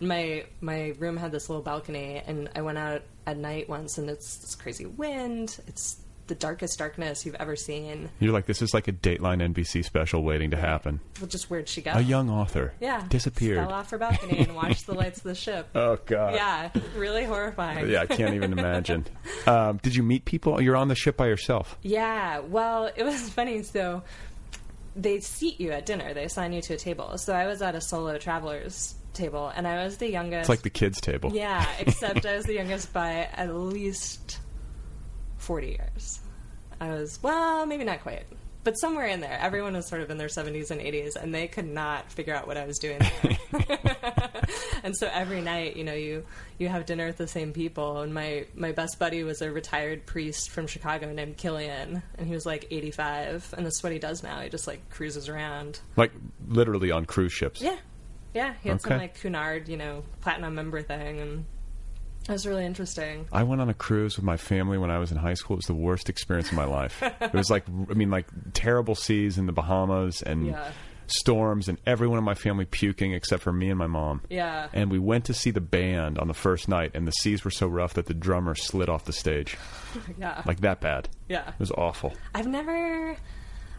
J: and my my room had this little balcony, and I went out at night once, and it's this crazy wind. It's the darkest darkness you've ever seen.
I: you're like, this is like a Dateline NBC special waiting to happen.
J: Well, just where'd she go?
I: A young author.
J: yeah
I: Oh, Disappeared.
J: fell off her
I: <laughs>
J: balcony and watched the lights of the ship.
I: Oh, God.
J: Yeah, really horrifying.
I: Yeah, I can't even
J: <laughs>
I: imagine. Um, did you meet people? You're on the ship by yourself.
J: Yeah, well, it was funny. So they seat you at dinner, they assign you to a table. So I was at a solo traveler's table, and I was the youngest.
I: It's like the kids' table. <laughs>
J: Yeah, except I was the youngest by at least 40 years. I was, well, maybe not quite, but somewhere in there. Everyone was sort of in their 70s and 80s, and they could not figure out what I was doing. there. and so every night, you know, you, you have dinner with the same people. And my, my best buddy was a retired priest from Chicago named Killian, and he was like 85. And that's what he does now. He just like cruises around.
I: Like literally on cruise ships.
J: Yeah, yeah. He had some
I: Okay.
J: like Cunard, you know, platinum member thing, and that was really interesting.
I: I went on a cruise with my family when I was in high school. It was the worst experience of my life. it was like, I mean, like terrible seas in the Bahamas and
J: Yeah.
I: storms, and everyone in my family puking except for me and my mom.
J: Yeah.
I: And we went to see the band on the first night, and the seas were so rough that the drummer slid off the stage.
J: <laughs> Yeah,
I: Like that bad.
J: Yeah.
I: It was awful.
J: I've never.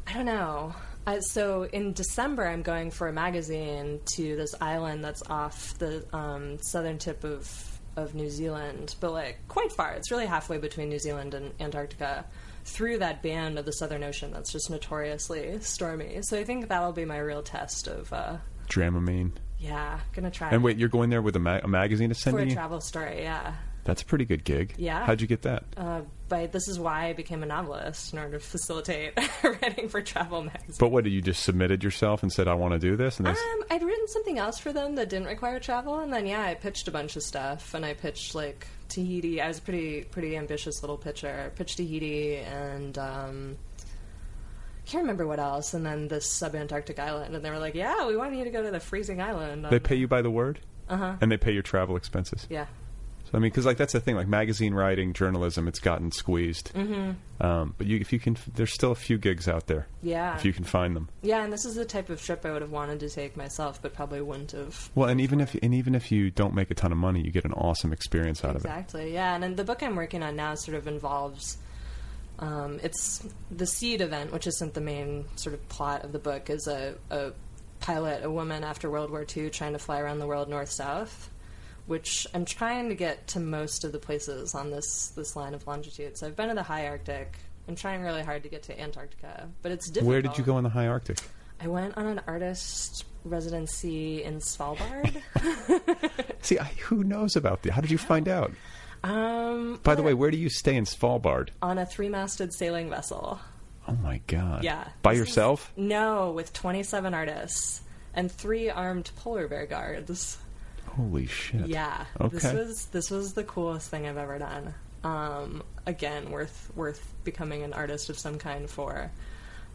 J: I don't know. I, so in December, I'm going for a magazine to this island that's off the um, southern tip of of New Zealand, but like quite far. It's really halfway between New Zealand and Antarctica, through that band of the Southern Ocean that's just notoriously stormy. So I think that'll be my real test of. Uh,
I: Dramamine.
J: yeah, gonna try.
I: And wait, you're going there with a, ma- a magazine to send
J: for a
I: you?
J: travel story, yeah.
I: That's a pretty good gig.
J: Yeah.
I: How'd you get that?
J: Uh, but this is why I became a novelist in order to facilitate <laughs> writing for travel magazines.
I: But what, you just submitted yourself and said, I want to do this? And they s-
J: Um, I'd written something else for them that didn't require travel, and then yeah, I pitched a bunch of stuff, and I pitched like Tahiti. I was a pretty pretty ambitious little pitcher. I pitched Tahiti and. Um, can't remember what else, and then this subantarctic island, and they were like, "Yeah, we want you to go to the freezing island." Um,
I: they pay you by the word?
J: Uh-huh.
I: And they pay your travel expenses?
J: Yeah.
I: So, I mean, because like that's the thing, like magazine writing, journalism, it's gotten squeezed.
J: Mhm.
I: Um, but you, if you can, there's still a few gigs out there.
J: Yeah.
I: If you can find them.
J: Yeah, and this is the type of trip I would have wanted to take myself, but probably wouldn't have
I: Well, and even if and even if you don't make a ton of money, you get an awesome experience out of it.
J: Exactly. Yeah, and then the book I'm working on now sort of involves um, it's the seed event, which isn't the main sort of plot of the book, is a, a pilot, a woman after World War II trying to fly around the world north south, which I'm trying to get to most of the places on this this line of longitude. So I've been to the high Arctic. I'm trying really hard to get to Antarctica, but it's difficult.
I: Where did you go in the high Arctic?
J: I went on an artist residency in
I: <laughs>
J: Svalbard. <laughs>
I: See, I, who knows about the? How did you find out?
J: um,
I: By the way, where do you stay in Svalbard?
J: on a three-masted sailing vessel.
I: Oh my god!
J: Yeah.
I: by
J: This is-
I: yourself?
J: No, with 27 artists and three armed polar bear guards.
I: Holy shit!
J: Yeah. This
I: Okay.
J: was this was the coolest thing I've ever done. Um, again, worth worth becoming an artist of some kind for.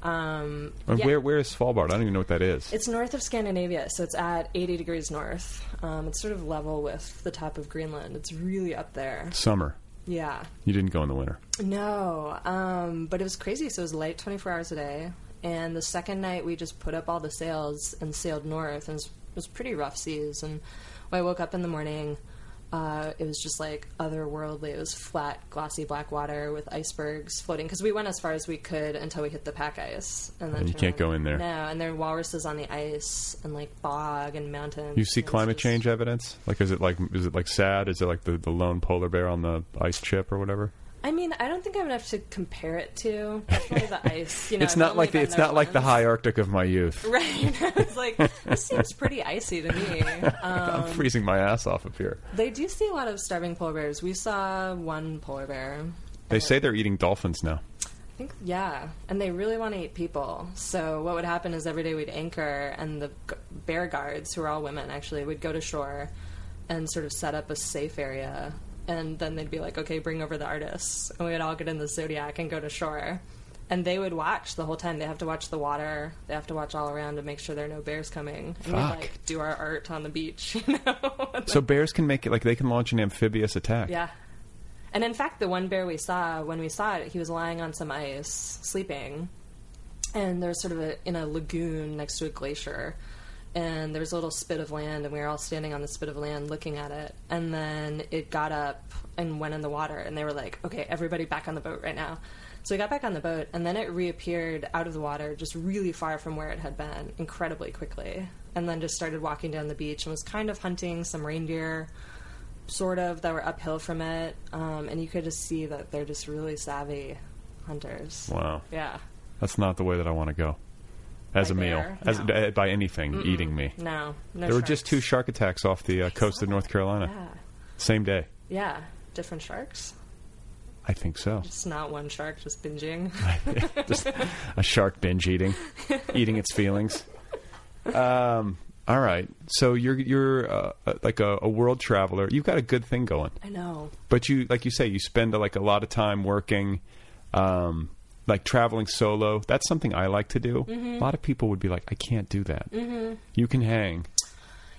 J: Um,
I: And
J: yeah.
I: Where where is Svalbard? I don't even know what that is.
J: It's north of Scandinavia, so it's at 80 degrees north. Um, it's sort of level with the top of Greenland. It's really up there.
I: Summer.
J: Yeah.
I: You didn't go in the winter.
J: No, um, but it was crazy. So it was light 24 hours a day. And the second night, we just put up all the sails and sailed north. And it was, it was pretty rough seas. And when I woke up in the morning, Uh, it was just like otherworldly. It was flat, glassy black water with icebergs floating. Because we went as far as we could until we hit the pack ice, and then
O: And you
J: turned
O: can't go in there.
J: No, and there are walruses on the ice, and like bog and mountains.
I: You see
J: and it's
I: climate
J: just-
I: change evidence? Like, is it like is it like sad? Is it like the, the lone polar bear on the ice chip or whatever?
J: I mean, I don't think I'm gonna have to compare it to
I: <laughs>
J: definitely the ice. You know,
I: it's
J: I've
I: not
J: only
I: like the,
J: been
I: it's
J: there
I: not like the
J: once.
I: high Arctic of my youth.
J: <laughs> Right. I was like, this seems pretty icy to me. Um,
I: <laughs> I'm freezing my ass off up here.
J: They do see a lot of starving polar bears. We saw one polar bear.
I: They say they're eating dolphins now.
J: I think, yeah. And they really want to eat people. So what would happen is every day we'd anchor, and the g- bear guards, who are all women actually, would go to shore and sort of set up a safe area. And then they'd be like, okay, bring over the artists. And we would all get in the zodiac and go to shore. And they would watch the whole time. They have to watch the water. They have to watch all around to make sure there are no bears coming. And we'd
I: Fuck.
J: like do our art on the beach. <laughs>
I: So bears can make it like they can launch an amphibious attack.
J: Yeah. And in fact, the one bear we saw, when we saw it, he was lying on some ice, sleeping. And there was sort of a, in a lagoon next to a glacier. And there was a little spit of land, and we were all standing on the spit of land looking at it. And then it got up and went in the water. And they were like, okay, everybody back on the boat right now. So we got back on the boat, and then it reappeared out of the water, just really far from where it had been, incredibly quickly. And then just started walking down the beach and was kind of hunting some reindeer sort of that were uphill from it, um, and you could just see that they're just really savvy hunters.
I: Wow.
J: Yeah.
I: That's not the way that I want to go. As
J: By
I: a meal,
J: bear?
I: as
J: No.
I: uh, by anything
J: Mm-mm.
I: eating me.
J: No. No.
I: there were just two
J: sharks.
I: shark attacks off the uh, coast of North Carolina.
J: Yeah.
I: Same day,
J: Yeah. Different sharks.
I: I think so. <laughs>
J: It's not one shark just binging.
I: just a shark binge eating, eating its feelings. Um, all right, so you're you're uh, like a, a world traveler. You've got a good thing going,
J: I know.
I: but you like you say you spend uh, like a lot of time working, um, like traveling solo. That's something I like to do.
J: Mhm.
I: A lot of people would be like, I can't do that.
J: Mm-hmm.
I: You can hang.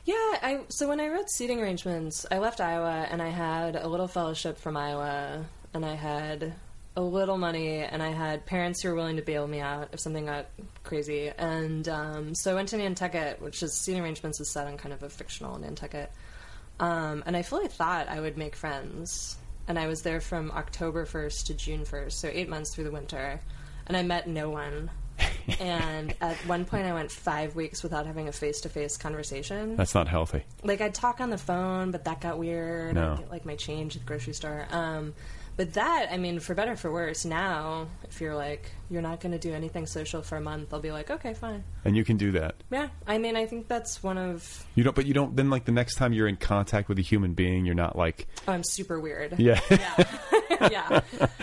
J: Yeah, I so when I wrote seating arrangements, I left Iowa and I had a little fellowship from Iowa and I had a little money and I had parents who were willing to bail me out if something got crazy. And um, so I went to Nantucket, which is seating arrangements is set on kind of a fictional Nantucket. Um, and I fully thought I would make friends. And I was there from October 1st to June 1st, so eight months through the winter. And I met no one. and at one point, I went five weeks without having a face to face conversation
I: That's not healthy.
J: like I'd talk on the phone, but that got weird.
I: No.
J: I'd get like my change at the grocery store. Um, but that, I mean, for better or for worse, now if you're like you're not going to do anything social for a month, I'll be like, okay, fine.
I: And you can do that.
J: Yeah, I mean, I think that's one of
I: You don't, but you don't. Then, like the next time you're in contact with a human being, you're not like,
J: oh, I'm super weird.
I: yeah,
J: <laughs> yeah.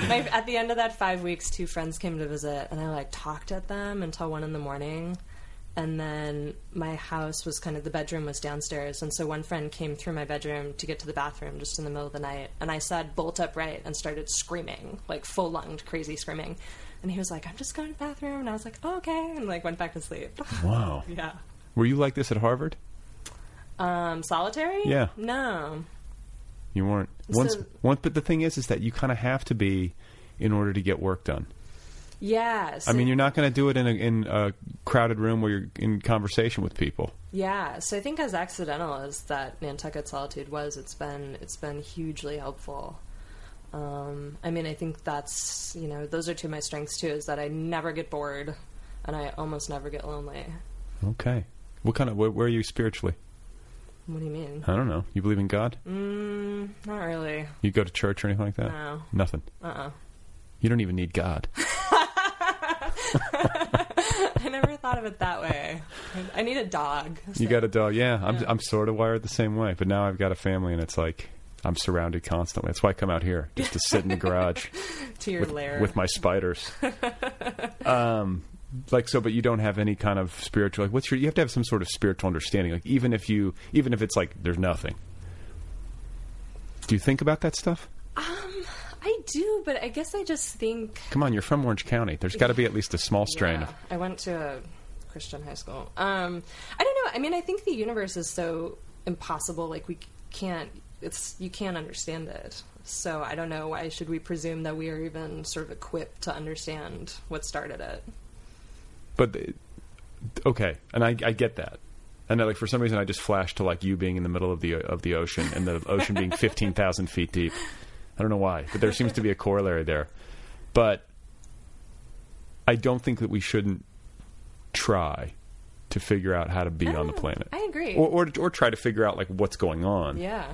J: My, at the end of that five weeks, two friends came to visit, and I like talked at them until one in the morning. And then my house was kind of the bedroom was downstairs, and so one friend came through my bedroom to get to the bathroom just in the middle of the night, and I sat bolt upright and started screaming, like full lunged, crazy screaming. And he was like, "I'm just going to the bathroom," and I was like, oh, "Okay," and like went back to sleep.
I: wow.
J: <laughs> yeah.
I: Were you like this at Harvard?
J: Um, solitary?
I: Yeah.
J: No.
I: You weren't. Once,
J: So-
I: once, but the thing is, is that you kind of have to be in order to get work done.
J: Yeah.
I: I
J: so-
I: mean, you're not going to do it in a, in a crowded room where you're in conversation with people.
J: Yeah, so I think as accidental as that Nantucket solitude was, it's been it's been hugely helpful. Um, I mean, I think that's you know those are two of my strengths too is that I never get bored, and I almost never get lonely.
I: Okay. What kind of? Where, where are you spiritually?
J: What do you mean?
I: I don't know. You believe in God?
J: Mm, not really.
I: You go to church or anything like that?
J: No.
I: Nothing.
J: Uh. uh
I: You don't even need God.
J: I never thought of it that way. I need a dog.
I: You
J: so- <laughs>
I: got a dog. Yeah, I'm
J: Yeah.
I: I'm sort of wired the same way, but now I've got a family, and it's like I'm surrounded constantly. That's why I come out here just to sit in the
J: <laughs>
I: garage
J: to your
I: with,
J: lair
I: with my
J: <laughs>
I: spiders. um, like so, but you don't have any kind of spiritual. Like, what's your? You have to have some sort of spiritual understanding. Like, even if you, even if it's like there's nothing. Do you think about that stuff?
J: I do, but I guess I just think
I: Come on, you're from Orange County. There's got to be at least a small strain.
J: Yeah. I went to a Christian high school. Um, I don't know. I mean, I think the universe is so impossible. Like we can't. It's you can't understand it. So I don't know. Why should we presume that we are even sort of equipped to understand what started it?
I: But th- okay, and I, I get that. And then, like for some reason, I just flashed to like you being in the middle of the of the ocean and the ocean
J: <laughs>
I: being fifteen thousand feet deep. I don't know why, but there seems to be a corollary there. But I don't think that we shouldn't try to figure out how to be on the planet.
J: I agree.
I: Or, or or try to figure out like what's going on.
J: yeah.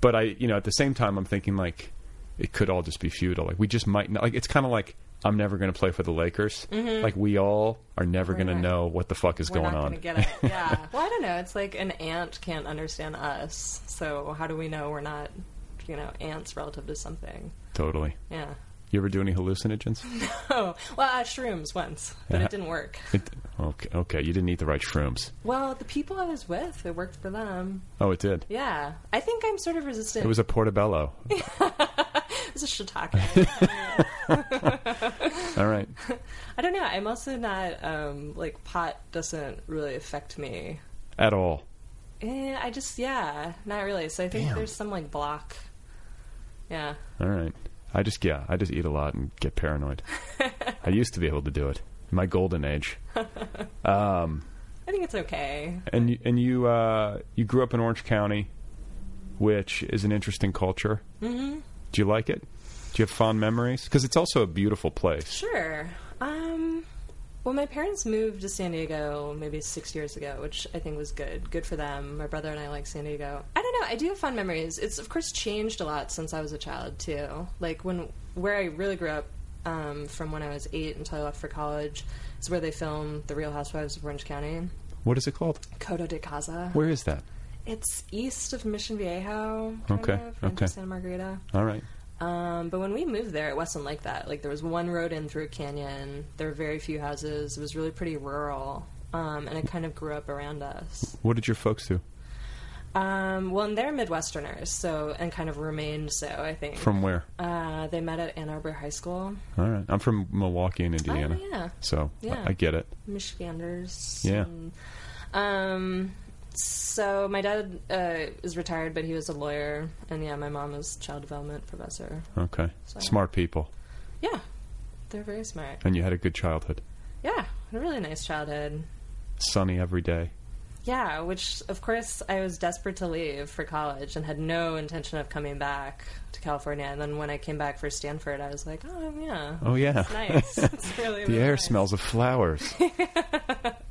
I: But I, you know, at the same time, I'm thinking like it could all just be futile. Like we just might not. Like it's kind of like I'm never going to play for the Lakers.
J: Mhm.
I: Like we all are never
J: We're
I: going to
J: not-
I: know what the fuck is
J: We're
I: going
J: not
I: on. <laughs>
J: gonna get it. Yeah. well, I don't know. It's like an ant can't understand us, so how do we know we're not, you know, ants relative to something?
I: Totally.
J: Yeah. <laughs>
I: You ever do any hallucinogens?
J: Oh, well, uh, shrooms once, but
I: Yeah.
J: it didn't work.
I: It- okay, okay, you didn't eat the right shrooms.
J: Well, the people I was with, it worked for them.
I: Oh, it did.
J: Yeah, I think I'm sort of resistant.
I: It was a portobello.
J: it was a
I: <laughs>
J: shiitake.
I: All right.
J: I don't know. I'm also not um, like pot doesn't really affect me.
I: At all.
J: Eh, I just yeah, not really. So I think
I: Damn.
J: there's some like block. Yeah.
I: All right. I just yeah, I just eat a lot and get
J: <laughs>
I: paranoid. I used to be able to do it. in My golden age. Um,
J: I think it's okay.
I: and you, and you uh, you grew up in Orange County, which is an interesting culture.
J: Mhm.
I: Do you like it? Do you have fond memories? Because it's also a beautiful place.
J: Sure. Um, well, my parents moved to San Diego maybe six years ago, which I think was good. Good for them. My brother and I like San Diego. I don't know. I do have fond memories. It's of course changed a lot since I was a child too. Like when where I really grew up. Um, from when I was eight until I left for college, is where they filmed The Real Housewives of Orange County,
I: What is it called?
J: Coto de Casa.
I: Where is that?
J: It's east of Mission Viejo, kind
I: Okay,
J: of, into
I: okay.
J: Santa Margarita.
I: All right.
J: Um, but when we moved there, it wasn't like that. Like there was one road in through a canyon. There were very few houses. It was really pretty rural, um, and it kind of grew up around us.
I: What did your folks do?
J: Um, well, and they're Midwesterners, so and kind of remained so. I think
I: From where?
J: uh, they met at Ann Arbor High School.
I: All right. I'm from Milwaukee in Indiana.
J: Oh, yeah.
I: So I-
J: Yeah.
I: I get it.
J: Michiganders.
I: Yeah.
J: and- um, so my dad uh, is retired, but he was a lawyer, and yeah, my mom was child development professor.
I: Okay.
J: So-
I: Smart people.
J: Yeah, they're very smart.
I: And you had a good childhood.
J: Yeah, a really nice childhood.
I: Sunny every day.
J: Yeah, which of course I was desperate to leave for college and had no intention of coming back to California. And then when I came back for Stanford, I was like, oh yeah,
I: Oh, yeah.
J: it's nice. <laughs> It's really,
I: the
J: really
I: air
J: nice.
I: smells of
J: <laughs>
I: flowers.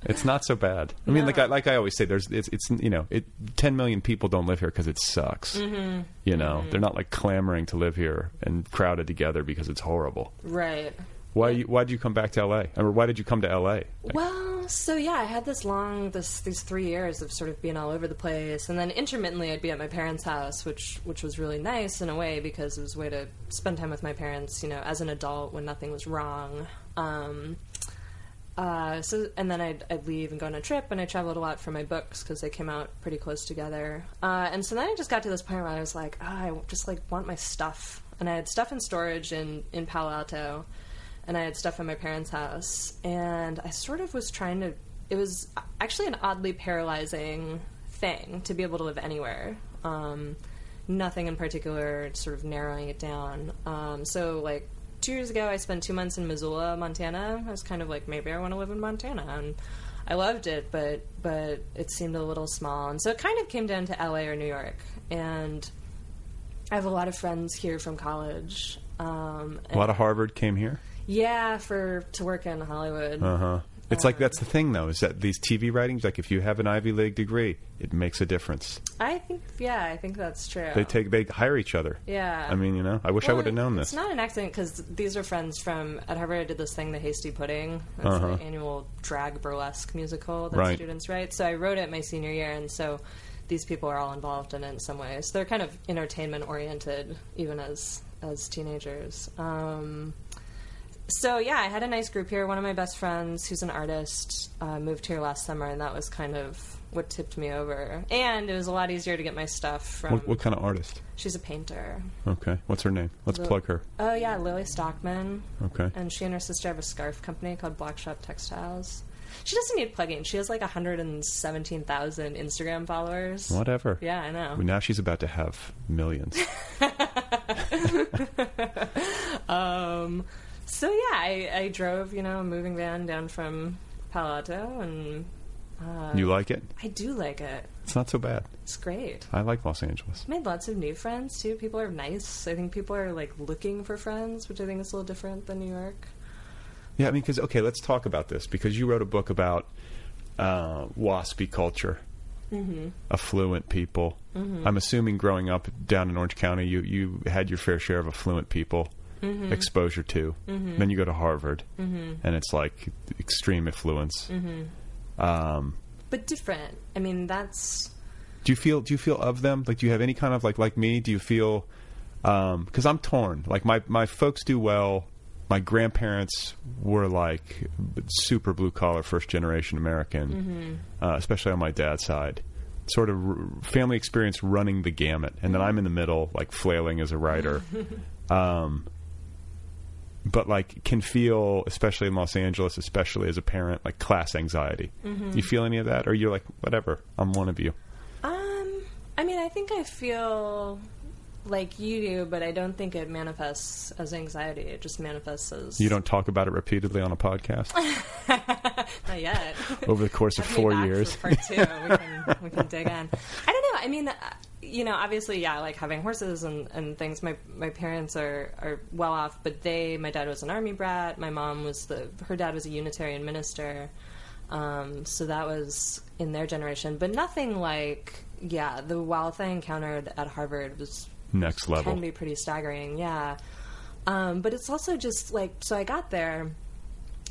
I: it's not so bad. I mean,
J: No.
I: like I, like I always say, there's it's, it's you know, it, 10 million people don't live here because it sucks.
J: Mhm.
I: You know,
J: Mhm.
I: they're not like clamoring to live here and crowded together because it's horrible.
J: Right.
I: Why you, why'd you come back to LA? Or why did you come to LA?
J: Well, so yeah, I had this long, this these three years of sort of being all over the place, and then intermittently I'd be at my parents' house, which which was really nice in a way because it was a way to spend time with my parents, you know, as an adult when nothing was wrong. Um, uh, so and then I'd, I'd leave and go on a trip, and I traveled a lot for my books because they came out pretty close together. Uh, and so then I just got to this point where I was like, oh, I just like want my stuff, and I had stuff in storage in in Palo Alto and I had stuff at my parents' house, and I sort of was trying to. It was actually an oddly paralyzing thing to be able to live anywhere. Um, nothing in particular, it's sort of narrowing it down. Um, so, like two years ago, I spent two months in Missoula, Montana. I was kind of like, maybe I want to live in Montana, and I loved it, but but it seemed a little small, and so it kind of came down to L.A. or New York, and. I have a lot of friends here from college. Um,
I: A lot of Harvard came here.
J: yeah, for to work in Hollywood.
I: Uh huh. It's
J: Uh-huh.
I: like that's the thing though, is that these TV writings, like if you have an Ivy League degree, it makes a difference.
J: I think, yeah, I think that's true.
I: They take they hire each other.
J: Yeah.
I: I mean, you know, I wish I
J: Well,
I: would have known this.
J: It's not an accident because these are friends from at Harvard. I did this thing, the Hasty Pudding. It's
I: Uh-huh.
J: the annual drag burlesque musical that
I: Right.
J: students write. So I wrote it my senior year, and so these people are all involved in it in some way. So they're kind of entertainment oriented, even as as teenagers. Um, so yeah, I had a nice group here. One of my best friends, who's an artist, uh, moved here last summer, and that was kind of what tipped me over. And it was a lot easier to get my stuff from.
I: What, what kind of artist?
J: She's a painter.
I: Okay. What's her name? Let's
J: Lil-
I: plug her.
J: Oh yeah, Lily Stockman.
I: Okay.
J: And she and her sister have a scarf company called Black Shop Textiles. She doesn't need plugging. She has like 117,000 Instagram followers.
I: Whatever.
J: Yeah, I know.
I: Well, now she's about to have millions.
J: Um, so yeah, I, I drove, you know, a moving van down from Palo Alto and Uh,
I: You like it?
J: I do like it.
I: It's not so bad.
J: It's great.
I: I like Los Angeles.
J: Made lots of new friends too. People are nice. I think people are like looking for friends, which I think is a little different than New York.
I: Yeah, I mean, because okay, let's talk about this because you wrote a book about uh, waspy culture,
J: Mhm.
I: affluent people.
J: Mhm.
I: I'm assuming growing up down in Orange County, you you had your fair share of affluent people
J: Mhm.
I: exposure to.
J: Mhm.
I: Then you go to Harvard,
J: Mhm.
I: and it's like extreme affluence.
J: Mhm.
I: Um,
J: But different. I mean, that's
I: do you feel do you feel of them like do you have any kind of like like me do you feel um because i'm torn like my my folks do well my grandparents were like super blue collar first generation american uh, especially on my dad's side sort of r- family experience running the gamut and then i'm in the middle like flailing as a writer um but like can feel especially in los angeles especially as a parent like class anxiety
J: Mhm.
I: you feel any of that or you're like whatever i'm one of you
J: Um, I mean, I think I feel like you do, but I don't think it manifests as anxiety. It just manifests as
I: You don't talk about it repeatedly on a podcast
J: <laughs> not yet.
I: over the course of
J: Have me
I: four
J: back for
I: years.
J: part two. We can,
I: <laughs>
J: we can dig in. I don't know. I mean, uh, you know, obviously, yeah, like having horses and, and things. My my parents are, are well off, but they, my dad was an army brat. My mom was the, her dad was a Unitarian minister. Um, so that was in their generation, but nothing like, yeah, the wealth I encountered at Harvard was
I: Next level.
J: can be pretty staggering, yeah. Um, but it's also just like so I got there.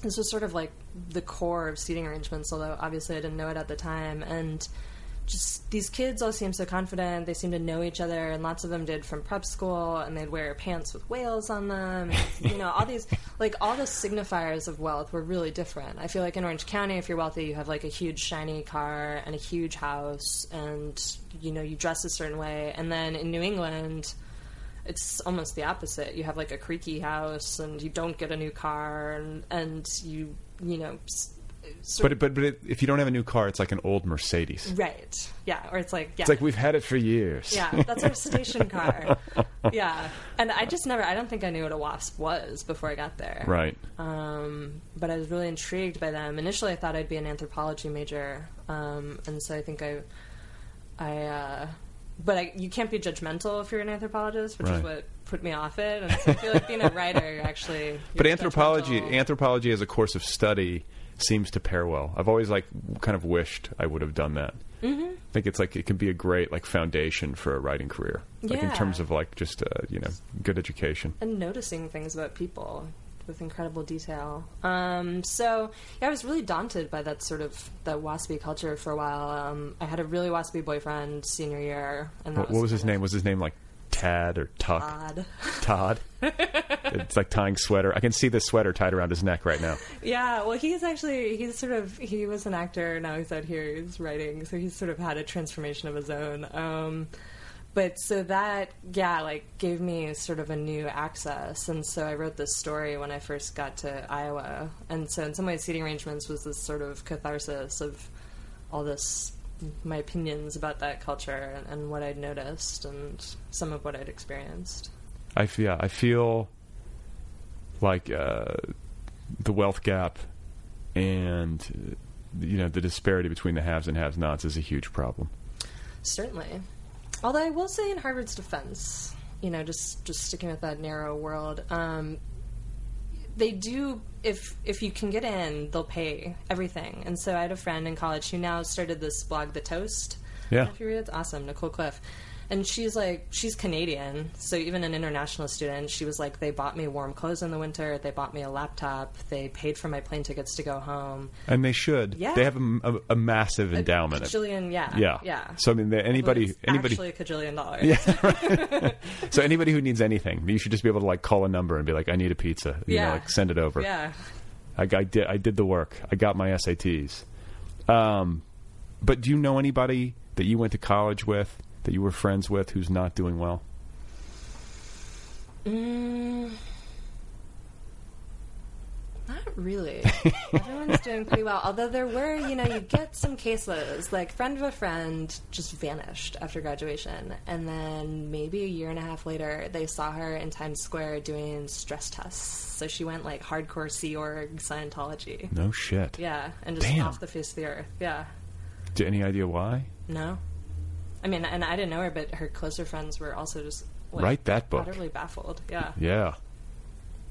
J: This was sort of like the core of seating arrangements, although obviously I didn't know it at the time. And just these kids all seemed so confident. They seemed to know each other, and lots of them did from prep school. And they'd wear pants with whales on them. you know, all these like all the signifiers of wealth were really different. I feel like in Orange County, if you're wealthy, you have like a huge shiny car and a huge house, and you know you dress a certain way. And then in New England, it's almost the opposite. You have like a creaky house, and you don't get a new car, and and you you know, s- sort
I: But but but it, if you don't have a new car, it's like an old Mercedes.
J: of, right? Yeah, or it's like yeah,
I: It's like we've had it for years.
J: <laughs> yeah, that's our station car. Yeah, and I just never. I don't think I knew what a wasp was before I got there.
I: Right.
J: Um, but I was really intrigued by them. Initially, I thought I'd be an anthropology major, um, and so I think I, I. Uh, but I, you can't be judgmental if you're an anthropologist, which
I: Right.
J: is what put me off it. And so I feel like being a
I: <laughs>
J: writer, you're actually. you're
I: But anthropology
J: judgmental.
I: anthropology as a course of study seems to pair well. I've always like kind of wished I would have done that.
J: Mhm.
I: I think it's like it can be a great like foundation for a writing career, like in
J: Yeah.
I: terms of like just uh, you know good education.
J: and noticing things about people with incredible detail. Um, so yeah, I was really daunted by that sort of that waspy culture for a while. Um, I had a really waspy boyfriend senior year, and that
I: What, what was his
J: kind
I: name? Was his name like Tad or Tuck?
J: Todd. <laughs>
I: Todd. it's like tying sweater. I can see the sweater tied around his neck right now.
J: of- Yeah, well, he's actually he's sort of he was an actor. Now he's out here, he's writing, so he's sort of had a transformation of his own. Um, but so that yeah, like gave me sort of a new access, and so I wrote this story when I first got to Iowa, and so in some ways, seating arrangements was this sort of catharsis of all this my opinions about that culture and, and what I'd noticed and some of what I'd experienced.
I: I f- yeah, I feel like uh, the wealth gap and uh, you know the disparity between the haves and have-nots is a huge problem.
J: Certainly. Although I will say, in Harvard's defense, you know, just just sticking with that narrow world, um, they do. If if you can get in, they'll pay everything. And so I had a friend in college who now started this blog, The Toast.
M: Yeah.
J: If you read it, it's awesome, Nicole Cliff. And she's like, she's Canadian, so even an international student, she was like, they bought me warm clothes in the winter, they bought me a laptop, they paid for my plane tickets to go home.
I: And they should.
J: Yeah.
I: They have a, m- a- a massive endowment.
J: Kajillion, yeah,
I: Yeah.
J: yeah.
I: So I mean, the, anybody,
J: It's
I: anybody.
J: actually a cajillion dollars.
I: yeah. right. so anybody who needs anything, you should just be able to like call a number and be like, "I need a pizza." You know,
J: Yeah.
I: like send it over.
J: Yeah.
I: I, I did. I did the work. I got my SATs. Um, but do you know anybody that you went to college with that you were friends with who's not doing well?
J: Mm, not
I: <laughs>
J: really. Everyone's doing pretty well. Although there were, you know, you get some cases like friend of a friend just vanished after graduation, and then maybe a year and a half later, they saw her in Times Square doing stress tests. So she went like hardcore Sea Org Scientology.
I: No shit.
J: Yeah, and just
I: Damn.
J: off the face of the earth. Yeah.
I: Do any idea why?
J: No. I mean, and I didn't know her, but her closer friends were also just like,
I: Write that book.
J: utterly baffled. Yeah.
I: Yeah.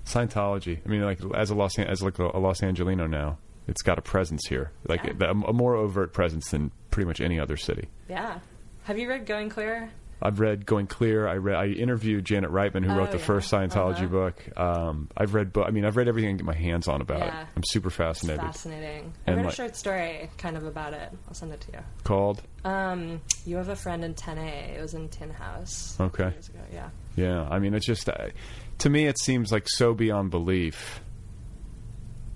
I: Scientology. I mean, like as a Los An- as like a Los Angelino now, it's got a presence here, like
J: Yeah.
I: a, a more overt presence than pretty much any other city.
J: Yeah. Have you read Going Clear?
I: I've read Going Clear. I read. I interviewed Janet Reitman, who
J: Oh,
I: wrote the
J: yeah.
I: first Scientology
J: Uh-huh.
I: book. Um, I've read. Bu- I mean, I've read everything I can get my hands on about
J: Yeah.
I: it. I'm super
J: It's
I: fascinated.
J: fascinating. I
I: And
J: read
I: like-
J: a short story kind of about it. I'll send it to you.
I: Called.
J: Um, you have a friend in 10A. It was in Tin House.
I: Okay.
J: Years ago. Yeah.
I: Yeah. I mean, it's just. Uh, to me, it seems like so beyond belief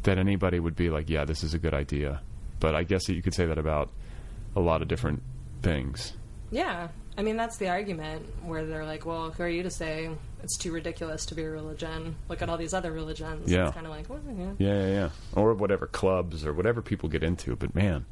I: that anybody would be like, "Yeah, this is a good idea." But I guess that you could say that about a lot of different things.
J: Yeah. I mean, that's the argument where they're like, well, who are you to say it's too ridiculous to be a religion? Look at all these other religions.
I: Yeah.
J: It's kind of like, well, yeah.
I: Yeah, yeah, yeah. Or whatever clubs or whatever people get into. But man,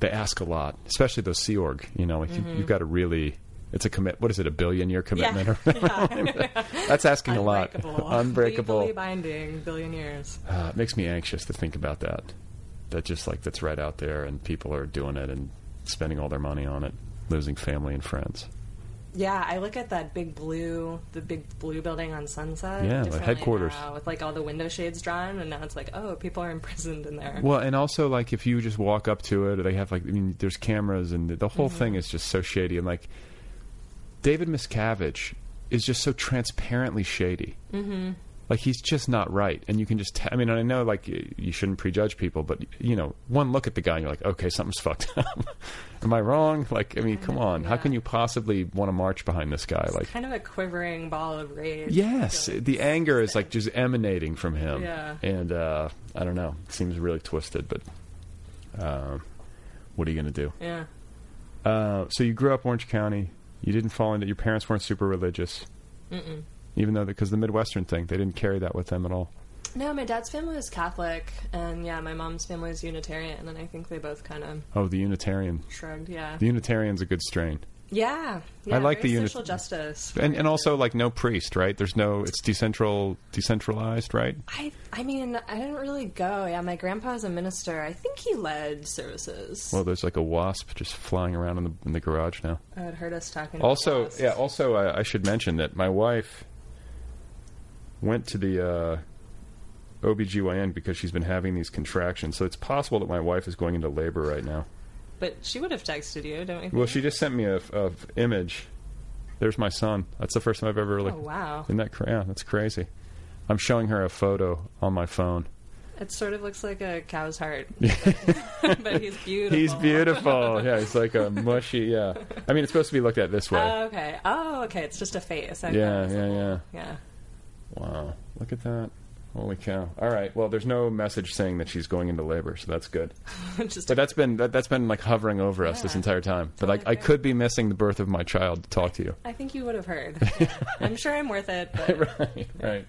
I: they ask a lot, especially those Sea Org. You know, like you,
J: Mhm.
I: you've got to really. It's a commit. What is it? A billion year commitment?
J: <laughs> Yeah.
I: Or whatever. <laughs> That's
J: <laughs>
I: asking a lot.
J: Unbreakable.
I: <laughs> Unbreakable.
J: Legally binding, billion years.
I: Uh, it makes me anxious to think about that. That just like that's right out there, and people are doing it and spending all their money on it, losing family and friends.
J: Yeah, I look at that big blue, the big blue building on Sunset.
I: Yeah, the
J: differently
I: headquarters.
J: now, with like all the window shades drawn, and now it's like, oh, people are imprisoned in there.
I: Well, and also like if you just walk up to it, or they have like I mean, there's cameras, and the, the whole
J: Mhm.
I: thing is just so shady. And like David Miscavige is just so transparently shady.
J: Mm-hmm.
I: Like he's just not right, and you can just. T- I mean, I know like y- you shouldn't prejudge people, but you know, one look at the guy, and you're like, okay, something's <laughs> fucked up. Am I wrong? Like, I mean, come on, how can you possibly want to march behind this guy? Like,
J: Kind of a quivering ball of rage.
I: yes, the anger is like just emanating from him,
J: Yeah.
I: and uh, I don't know, it seems really twisted. But uh, what are you gonna do?
J: Yeah.
I: Uh, so you grew up Orange County. You didn't fall into. Your parents weren't super religious,
J: Mm-mm.
I: even though because the Midwestern thing, they didn't carry that with them at all.
J: No, my dad's family was Catholic, and yeah, my mom's family was Unitarian, and I think they both kind of
I: Oh, the Unitarian.
J: shrugged. Yeah.
I: The Unitarian's a good strain.
J: yeah. Yeah.
I: I like
J: very
I: the Unit-
J: social justice.
I: And and also like no priest, right? There's no it's decentral decentralized, right?
J: I I mean, I didn't really go. Yeah, my grandpa's a minister. I think he led services.
I: Well, there's like a wasp just flying around in the in the garage now.
J: I had heard us talking. about
I: Also,
J: this.
I: yeah, also uh, I should mention that my wife went to the uh OBGYN because she's been having these contractions. So it's possible that my wife is going into labor right now.
J: But she would have texted you, don't we?
I: Well, she just sent me a, a image. There's my son. That's the first time I've ever really.
J: Oh, wow.
I: Isn't that cra- yeah? That's crazy. I'm showing her a photo on my phone.
J: It sort of looks like a cow's
I: <laughs>
J: heart, but, <laughs> but he's beautiful.
I: He's
J: <laughs>
I: beautiful. yeah, he's like a mushy. Yeah, I mean it's supposed to be looked at this way.
J: Oh, okay. Oh, okay. It's just a face. Okay.
I: yeah, yeah, yeah.
J: Yeah. <laughs>
I: Wow, look at that. Holy cow! All right. Well, there's no message saying that she's going into labor, so that's good.
J: Just-
I: but that's been that, that's been like hovering over us this entire time. But like, I could be missing the birth of my child to talk to you.
J: I think you would have heard. Yeah. I'm sure I'm worth it.
I: <laughs>
J: But
I: right, right.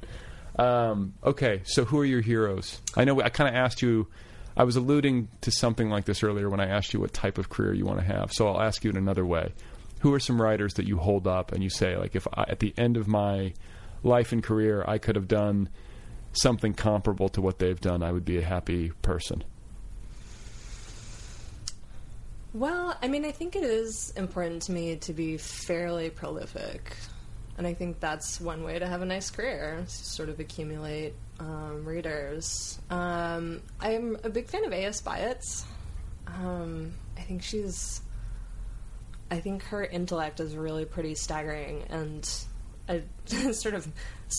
I: Um, okay, so who are your heroes? I know I kind of asked you. I was alluding to something like this earlier when I asked you what type of career you want to have. So I'll ask you in another way. Who are some writers that you hold up and you say, like, if I, at the end of my life and career I could have done something comparable to what they've done, I would be a happy person.
J: well, I mean, I think it is important to me to be fairly prolific, and I think that's one way to have a nice career. is to sort of accumulate um, readers. Um, I'm a big fan of A.S. Byatt's. Um, I think she's. I think her intellect is really pretty staggering, and I <laughs> it sort of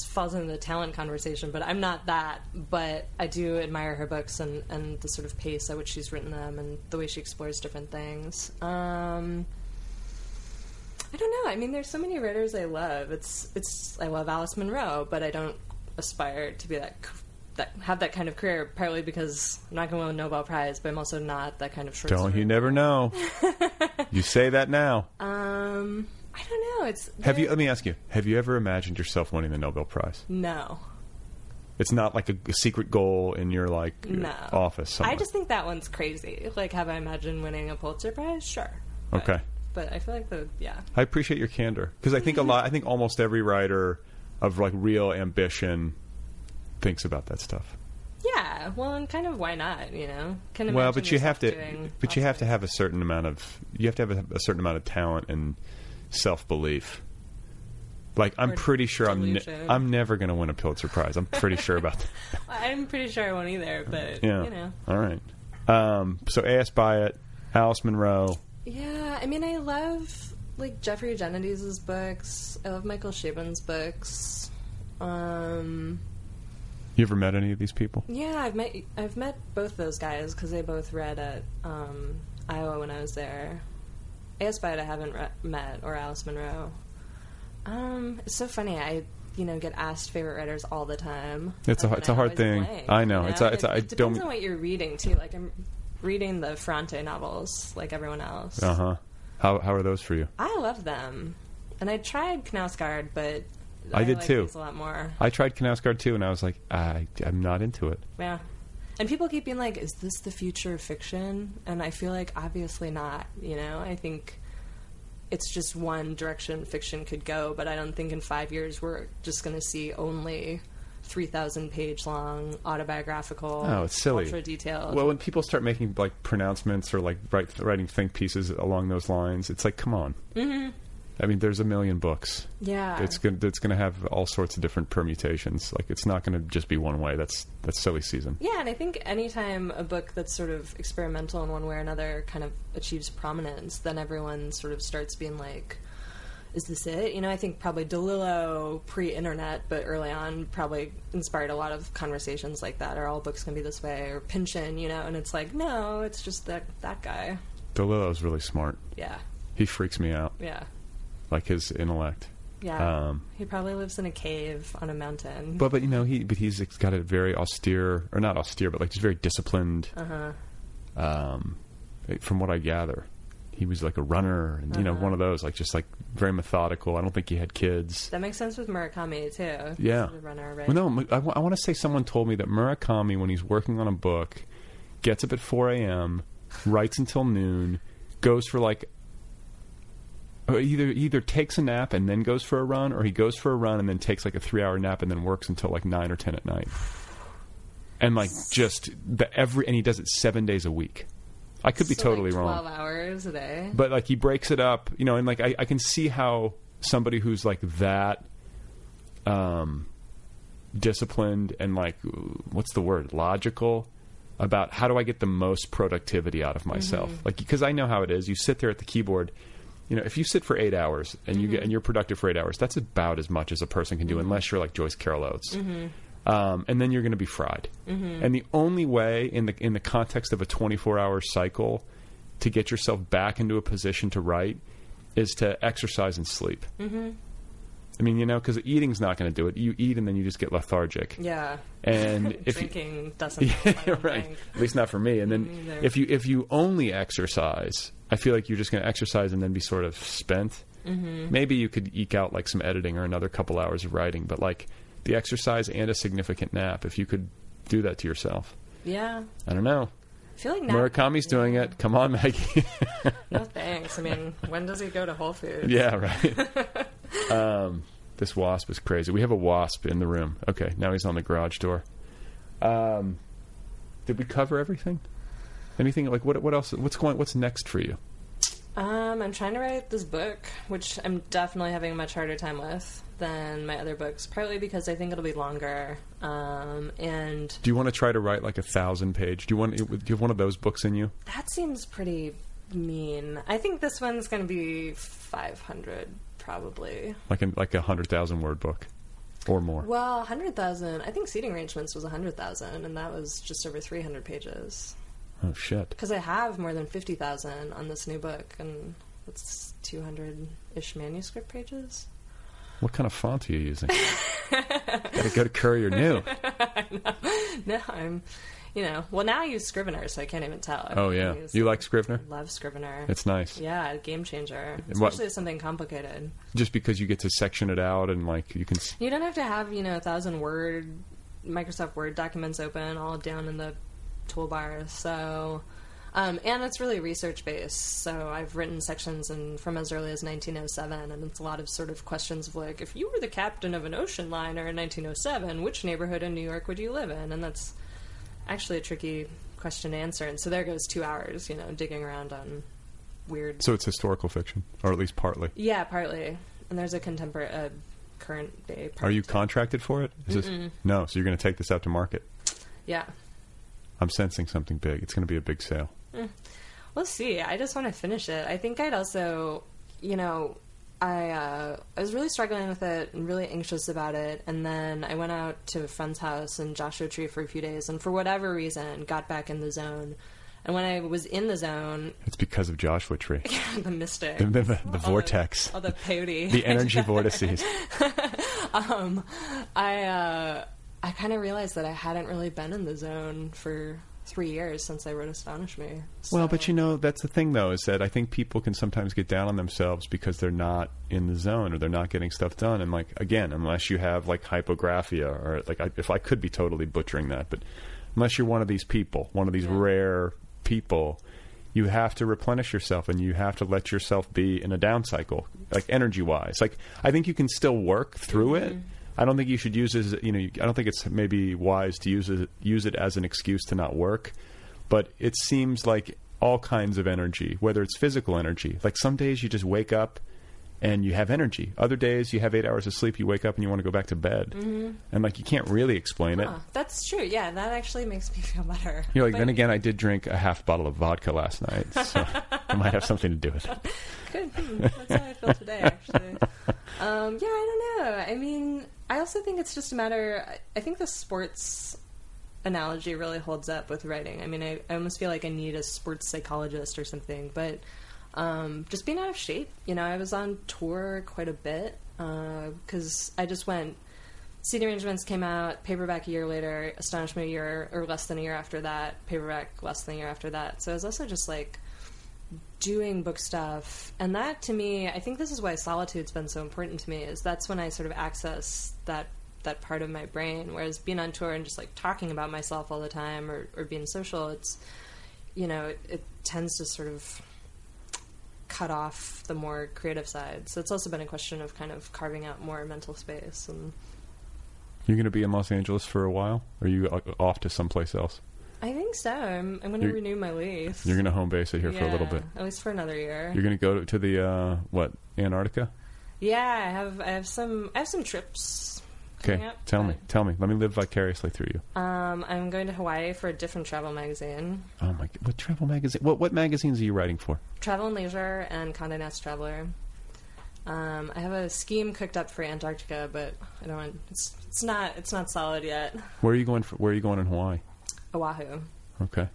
J: falls into the talent conversation. But I'm not that. But I do admire her books and and the sort of pace at which she's written them, and the way she explores different things. Um, I don't know. I mean, there's so many writers I love. It's it's I love Alice Munro, but I don't aspire to be that c- that have that kind of career. Partly because I'm not going to win a Nobel Prize, but I'm also not that kind of short.
I: Don't you never know? you say that now.
J: Um, I don't know. It's
I: Have you? Let me ask you. Have you ever imagined yourself winning the Nobel Prize?
J: no,
I: It's not like a, a secret goal in your like
J: no
I: office. Somewhere.
J: I just think that one's crazy. Like, have I imagined winning a Pulitzer Prize? Sure,
I: okay.
J: but I feel like the yeah,
I: I appreciate your candor because I think a lot. I think almost every writer of like real ambition thinks about that stuff.
J: yeah. Yeah, well, and kind of why not? You know, can
I: well,
J: imagine
I: but you have
J: yourself
I: to,
J: doing
I: but you have to have a certain amount of, you have to have a, a certain amount of talent and self belief. Like I'm
J: Or
I: pretty sure I'm, ne-
J: delusion.
I: I'm never going to win a Pulitzer Prize. I'm pretty sure about
J: <laughs>
I: that.
J: I'm pretty sure I won't either, but
I: Yeah.
J: you know.
I: All right. Um, so A.S. Byatt, Alice Monroe.
J: Yeah, I mean, I love like Jeffrey Eugenides' books. I love Michael Chabon's books. Um,
I: You ever met any of these people?
J: yeah, I've met I've met both those guys because they both read at um, Iowa when I was there. A.S. Byatt I haven't re- met or Alice Monroe. Um, it's so funny. I you know get asked favorite writers all the time.
I: It's a-
J: and
I: it's a
J: I
I: hard
J: always
I: thing.
J: blank,
I: I know. It's a- it's a-
J: It-
I: I
J: it depends
I: don't-
J: on what you're reading too. Like I'm reading the Fronte novels, like everyone else.
I: Uh huh. How how are those for you?
J: I love them, and I tried Knausgaard, but
I: I did
J: like
I: too.
J: these A lot more,
I: I tried Knausgaard too, and I was like, I I'm not into it.
J: yeah. And people keep being like, "Is this the future of fiction?" And I feel like obviously not. You know, I think it's just one direction fiction could go, but I don't think in five years we're just going to see only three thousand page long autobiographical.
I: Oh, it's silly.
J: Ultra detailed.
I: Well, when people start making like pronouncements or like write, writing think pieces along those lines, it's like, come on.
J: Mhm.
I: I mean, there's a million books.
J: Yeah.
I: it's gonna it's gonna have all sorts of different permutations. Like, it's not gonna just be one way. That's that's silly season.
J: Yeah, and I think anytime a book that's sort of experimental in one way or another kind of achieves prominence, then everyone sort of starts being like, is this it? You know, I think probably DeLillo pre internet, but early on, probably inspired a lot of conversations like that. Are all books going to be this way? Or Pynchon, you know? And it's like, no, it's just that, that guy.
I: DeLillo's really smart.
J: Yeah,
I: He freaks me out.
J: yeah,
I: Like his intellect.
J: yeah.
I: Um,
J: he probably lives in a cave on a mountain.
I: But but you know he but he's got a very austere or not austere but like just very disciplined.
J: uh huh.
I: Um, from what I gather, he was like a runner and you know
J: Uh-huh.
I: one of those like just like very methodical. I don't think he had kids.
J: That makes sense with Murakami, too. He's
I: Yeah.
J: The runner, right?
I: Well, no, I want to say someone told me that Murakami when he's working on a book gets up at 4 a.m., writes until noon, goes for like or either either takes a nap and then goes for a run or he goes for a run and then takes like a 3-hour nap and then works until like 9 or 10 at night. And like just the every and he does it 7 days a week. I could be
J: So, like,
I: totally wrong
J: 12 hours a day.
I: but like he breaks it up you know and like i, I can see how somebody who's like that um disciplined and like what's the word logical about how do i get the most productivity out of myself like because i know how it is you sit there at the keyboard you know if you sit for eight hours and you get and you're productive for eight hours that's about as much as a person can do unless you're like joyce carol oates um, and then you're going to be fried.
J: Mm-hmm.
I: And the only way in the in the context of a 24 hour cycle to get yourself back into a position to write is to exercise and sleep.
J: Mm-hmm.
I: I mean, you know, because eating's not going to do it. You eat and then you just get lethargic.
J: Yeah. <laughs>
I: And if you-
J: drinking
I: <laughs>
J: doesn't help, I
I: yeah,
J: don't
I: right.
J: think.
I: At least not for me. And
J: Me
I: then
J: neither.
I: if you if you only exercise, I feel like you're just going to exercise and then be sort of spent.
J: Mhm.
I: Maybe you could eke out like some editing or another couple hours of writing, but like the exercise and a significant nap, if you could do that to yourself.
J: Yeah.
I: I don't know.
J: I feel like now.
I: Murakami's doing it. Come on, Maggie. <laughs>
J: No thanks. I mean, when does he go to Whole Foods?
I: yeah, right. <laughs> um, this wasp is crazy. We have a wasp in the room. Okay, now he's on the garage door. Um, did we cover everything? Anything like what? What else? What's going? What's next for you?
J: Um, I'm trying to write this book, which I'm definitely having a much harder time with than my other books, partly because I think it'll be longer. Um, and
I: Do you want to try to write like a thousand page? Do you want? Do you have one of those books in you?
J: that seems pretty mean. I think this one's going to be 500, probably.
I: Like a like a hundred thousand word book, or more?
J: Well, 100,000. I think Seating Arrangements was 100,000, and that was just over 300 pages.
I: Oh shit!
J: Because I have more than 50,000 on this new book, and it's 200 ish manuscript pages. <laughs>
I: What kind of font are you using? Gotta go to Courier New.
J: No, I'm, you know, well, now I use Scrivener, so I can't even tell. I
I: Oh yeah,
J: use-
I: you like Scrivener?
J: I love Scrivener.
I: It's nice.
J: yeah, a game changer.
I: what-
J: Especially if something complicated.
I: just because you get to section it out and like you can s-
J: You don't have to have, you know, a thousand word Microsoft Word documents open all down in the toolbar. So, um, and it's really research based. So I've written sections in, from as early as 1907, and it's a lot of sort of questions of like, if you were the oh captain of an ocean liner in 1907, which neighborhood in New York would you live in? And that's actually a tricky question to answer. And so there goes two hours, you know, digging around on weird.
I: So it's historical fiction, or at least partly.
J: yeah, partly. And there's a contemporary, a current day. Part
I: Are you contracted for it? Is
J: Mm-mm.
I: this no? So you're going to take this out to market?
J: Yeah.
I: I'm sensing something big. It's going to be a big sale.
J: Mm. We'll see. I just want to finish it. I think I'd also, you know, I uh, I was really struggling with it and really anxious about it, and then I went out to a friend's house in Joshua Tree for a few days, and for whatever reason, got back in the zone. And when I was in the zone, <laughs>
I: It's because of
A: <laughs>
I: Joshua Tree,
J: the mystic,
I: the, the, the,
J: All
I: vortex,
J: all the
I: <laughs>
J: peyote,
I: the energy vortices.
J: <laughs> um, I uh, I kind of realized that I hadn't really been in the zone for three years since I wrote Astonish Me.
I: Well, but you know, that's the thing, though, is that I think people can sometimes get down on themselves because they're not in the zone or they're not getting stuff done. And, like, again, unless you have, like, hypographia or, like, I, if I could be totally butchering that, but unless you're one of these people, one of these rare people, you have to replenish yourself and you have to let yourself be in a down cycle, like, energy wise. Like, I think you can still work through it. I don't think you should use it. As, you know, you- I don't think it's maybe wise to use it use it as an excuse to not work. But it seems like all kinds of energy, whether it's physical energy. Like some days you just wake up and you have energy. Other days you have eight hours of sleep. You wake up and you want to go back to bed.
J: Mhm.
I: And like you can't really explain it.
J: Huh, that's true. Yeah, that actually makes me feel better.
I: You're like,
J: But
I: then again, I did drink a half bottle of vodka last night,
J: <laughs>
I: so it might have something to do with it.
J: Good. Hmm, that's how I feel today, actually. Um, yeah, I don't know. I mean, I also think it's just a matter. I- I think the sports analogy really holds up with writing. I mean, I, I almost feel like I need a sports psychologist or something, but um, just being out of shape. You know, I was on tour quite a bit because I just went. CD Arrangements came out, paperback a year later, Astonishment a year or less than a year after that, paperback less than a year after that. So I was also just like doing book stuff and that to me i think this is why solitude's been so important to me is that's when i sort of access that that part of my brain whereas being on tour and just like talking about myself all the time or, or being social it's you know it, it tends to sort of cut off the more creative side so it's also been a question of kind of carving out more mental space and
I: You're going to be in Los Angeles for a while, or are you o- off to someplace else?
J: i think so i'm, I'm going to
I: You're-
J: renew my lease
I: You're going to home base it here for a little
J: Yeah,
I: bit.
J: at least for another year
I: You're going to go to the uh, what Antarctica?
J: yeah i have i have some i have some trips
I: Okay,
J: coming up,
I: tell
J: but-
I: me, tell me. Let me live vicariously through you.
J: Um, I'm going to Hawaii for a different travel magazine,
I: Oh my! What travel magazine? What what magazines are you writing for?
J: Travel and Leisure and Condé Nast Traveler. Um, I have a scheme cooked up for Antarctica, but I don't. Want, it's it's not it's not solid yet.
I: Where are you going? For, where are you going in Hawaii?
J: Oahu.
I: Okay.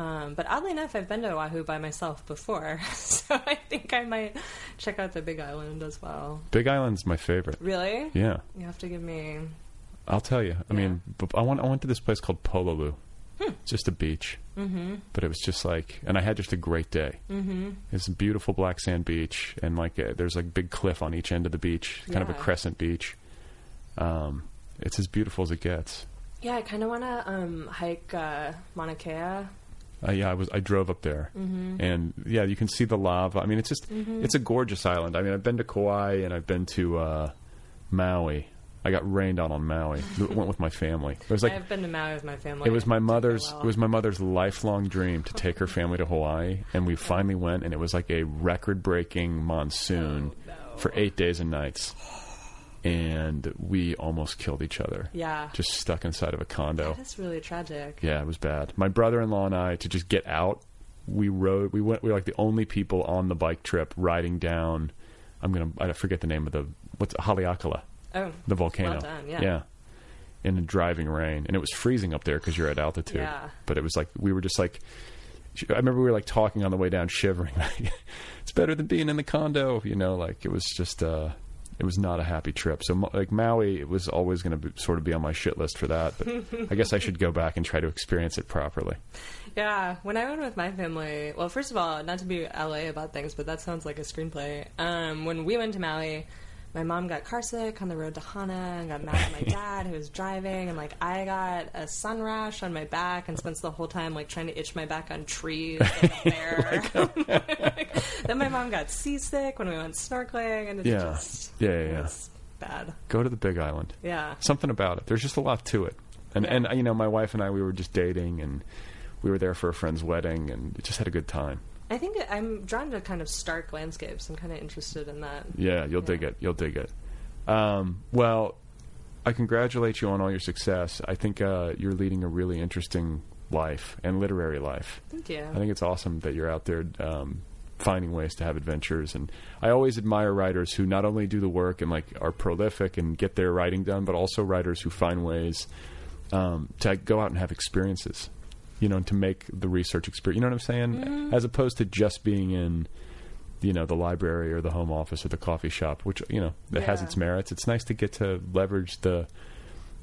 J: Um, but oddly enough, I've been to Oahu by myself before, <laughs> so I think I might check out the Big Island as well.
I: Big Island's my favorite.
J: Really?
I: Yeah.
J: You have to give me.
I: I'll tell you. I mean, b- I went I went to this place called Pololu. It's just a beach,
J: Hmm. Mm-hmm.
I: but it was just like, and I had just a great day.
J: Mm-hmm.
I: It's a beautiful black sand beach, and like uh, there's like big cliff on each end of the beach, kind of a
J: Yeah.
I: crescent beach. Um, it's as beautiful as it gets.
J: Yeah, I kind of want to um, hike uh, Mauna Kea.
I: Uh, yeah, I was. I drove up there,
J: Mhm.
I: and yeah, you can see the lava. I mean, it's just
J: Mhm.
I: it's a gorgeous island. I mean, I've been to Kauai and I've been to uh, Maui. I got rained on on Maui. Went with my family. It was like
J: I've been to Maui with my family.
I: it was my
J: Didn't go
I: mother's.
J: well.
I: It was my mother's lifelong dream to take her family to Hawaii, and we finally went, and it was like a record-breaking monsoon for eight days and nights, and we almost killed each other.
J: Yeah.
I: just stuck inside of a condo.
J: That's really tragic.
I: Yeah, it was bad. My brother-in-law and I to just get out. We rode. We went. We were like the only people on the bike trip riding down. I'm gonna. I forget the name of the what's Haleakala.
J: Oh,
I: the volcano.
J: well done, yeah.
I: In the driving rain, and it was freezing up there because you're at altitude.
J: Yeah.
I: But it was like we were just like. I remember we were like talking on the way down, shivering. <laughs> Like, it's better than being in the condo, you know. Like it was just, uh, it was not a happy trip. So Mo- like Maui, it was always going to sort of be on my shit list for that.
J: <laughs>
I: But I guess I should go back and try to experience it properly.
J: Yeah, when I went with my family, well, first of all, not to be LA about things, but that sounds like a screenplay. Um, when we went to Maui, my mom got carsick on the road to Hana and got mad
I: <laughs>
J: at my dad who was driving, and like I got a sun rash on my back and spent the whole time like trying to itch my back on trees.
I: <laughs>
J: Like, there. <laughs>
I: um,
J: then my mom got seasick when we went snorkeling, and it's
I: Yeah.
J: just
I: Yeah, yeah, yeah.
J: bad.
I: Go to the Big Island.
J: Yeah.
I: Something about it. There's just a lot to it. And and you know, my wife and I we were just dating and we were there for a friend's wedding and we just had a good time.
J: I think I'm drawn to kind of stark landscapes. I'm kind of interested in that.
I: Yeah, you'll dig it. You'll dig it. Um, well, I congratulate you on all your success. I think uh, you're leading a really interesting life and literary life.
J: Thank you.
I: I think it's awesome that you're out there um, finding ways to have adventures. And I always admire writers who not only do the work and like are prolific and get their writing done, but also writers who find ways um, to go out and have experiences. You know, and to make the research experience. You know what I'm saying? As opposed to just being in, you know, the library or the home office or the coffee shop, which you know that has
J: Yeah.
I: its merits. It's nice to get to leverage the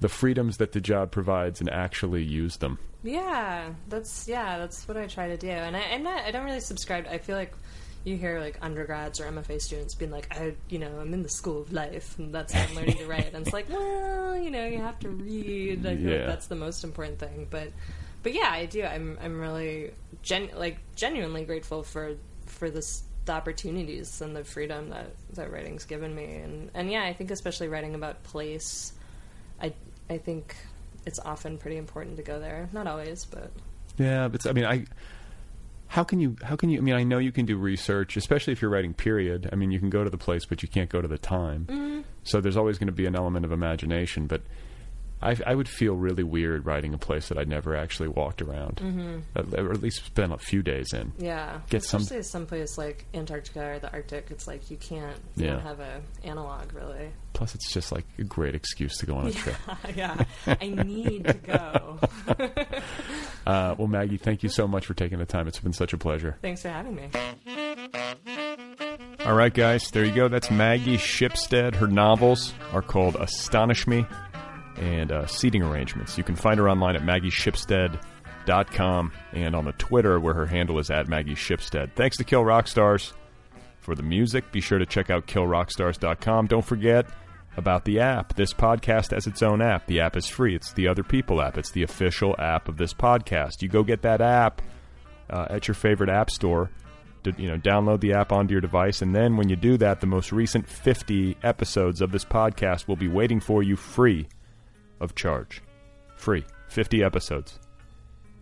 I: the freedoms that the job provides and actually use them.
J: Yeah, that's yeah, that's what I try to do. And I, I'm not, I don't really subscribe. I feel like you hear like undergrads or MFA students being like, I, you know, I'm in the school of life, and that's how I'm learning to write. And it's like, well, you know, you have to read. I feel
I: Yeah.
J: like that's the most important thing. But, but yeah, I do. I'm, I'm really gen, like genuinely grateful for, for this the opportunities and the freedom that that writing's given me. And and yeah, I think especially writing about place. I I think it's often pretty important to go there. Not always, but
I: Yeah, but it's, I mean, I how can you how can you? I mean, I know you can do research, especially if you're writing period. I mean, you can go to the place, but you can't go to the time. So there's always going to be an element of imagination. But I, I would feel really weird writing a place that I never actually walked around,
J: Mhm.
I: Uh, or at least spent a few days in.
J: yeah.
I: Get some-
J: Especially someplace like Antarctica or the Arctic, it's like you can't you
I: Yeah.
J: don't have a analog really.
I: Plus, it's just like a great excuse to go on a trip.
J: <laughs> yeah. I need
I: <laughs>
J: to go.
I: Uh, well, Maggie, thank you so much for taking the time. It's been such a pleasure.
J: Thanks for having me.
I: All right, guys, there you go. That's Maggie Shipstead. Her novels are called Astonish Me and uh, Seating Arrangements. You can find her online at maggieshipstead.com and on the Twitter where her handle is at Maggie Shipstead. Thanks to Kill Rockstars for the music. Be sure to check out killrockstars.com. Don't forget about the app. This podcast has its own app. The app is free. It's the Other People app. It's the official app of this podcast. You go get that app uh, at your favorite app store. To, you know, download the app onto your device, and then when you do that, the most recent 50 episodes of this podcast will be waiting for you free of charge. Free. 50 episodes.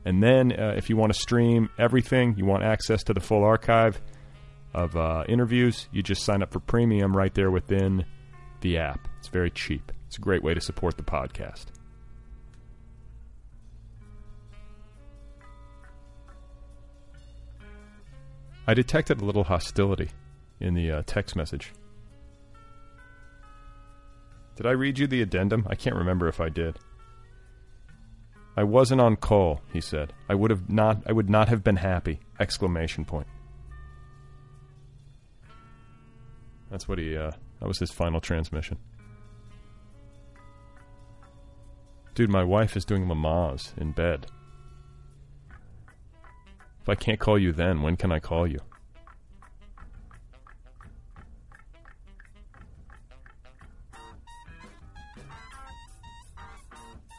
I: And then, uh, if you want to stream everything, you want access to the full archive of uh, interviews, you just sign up for premium right there within the app. It's very cheap. It's a great way to support the podcast. I detected a little hostility in the uh, text message. Did I read you the addendum? I can't remember if I did. I wasn't on call, he said. I would have not I would not have been happy. Exclamation point. That's what he uh that was his final transmission. Dude, my wife is doing Lamaze in bed. If I can't call you then, when can I call you?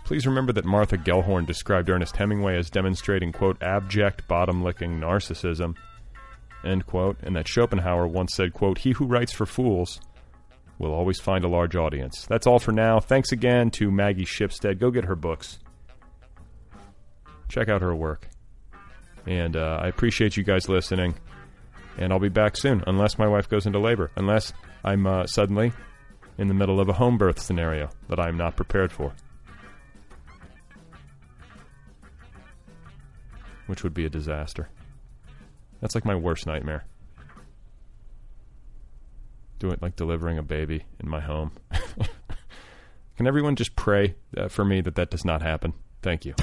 I: Please remember that Martha Gellhorn described Ernest Hemingway as demonstrating, quote, abject, bottom licking narcissism, end quote, and that Schopenhauer once said, quote, he who writes for fools will always find a large audience. That's all for now. Thanks again to Maggie Shipstead. Go get her books, check out her work. And uh, I appreciate you guys listening. And I'll be back soon, unless my wife goes into labor, unless I'm uh, suddenly in the middle of a home birth scenario that I'm not prepared for. which would be a disaster. That's like my worst nightmare. Doing like delivering a baby in my home. <laughs> Can everyone just pray uh, for me that that does not happen? Thank you.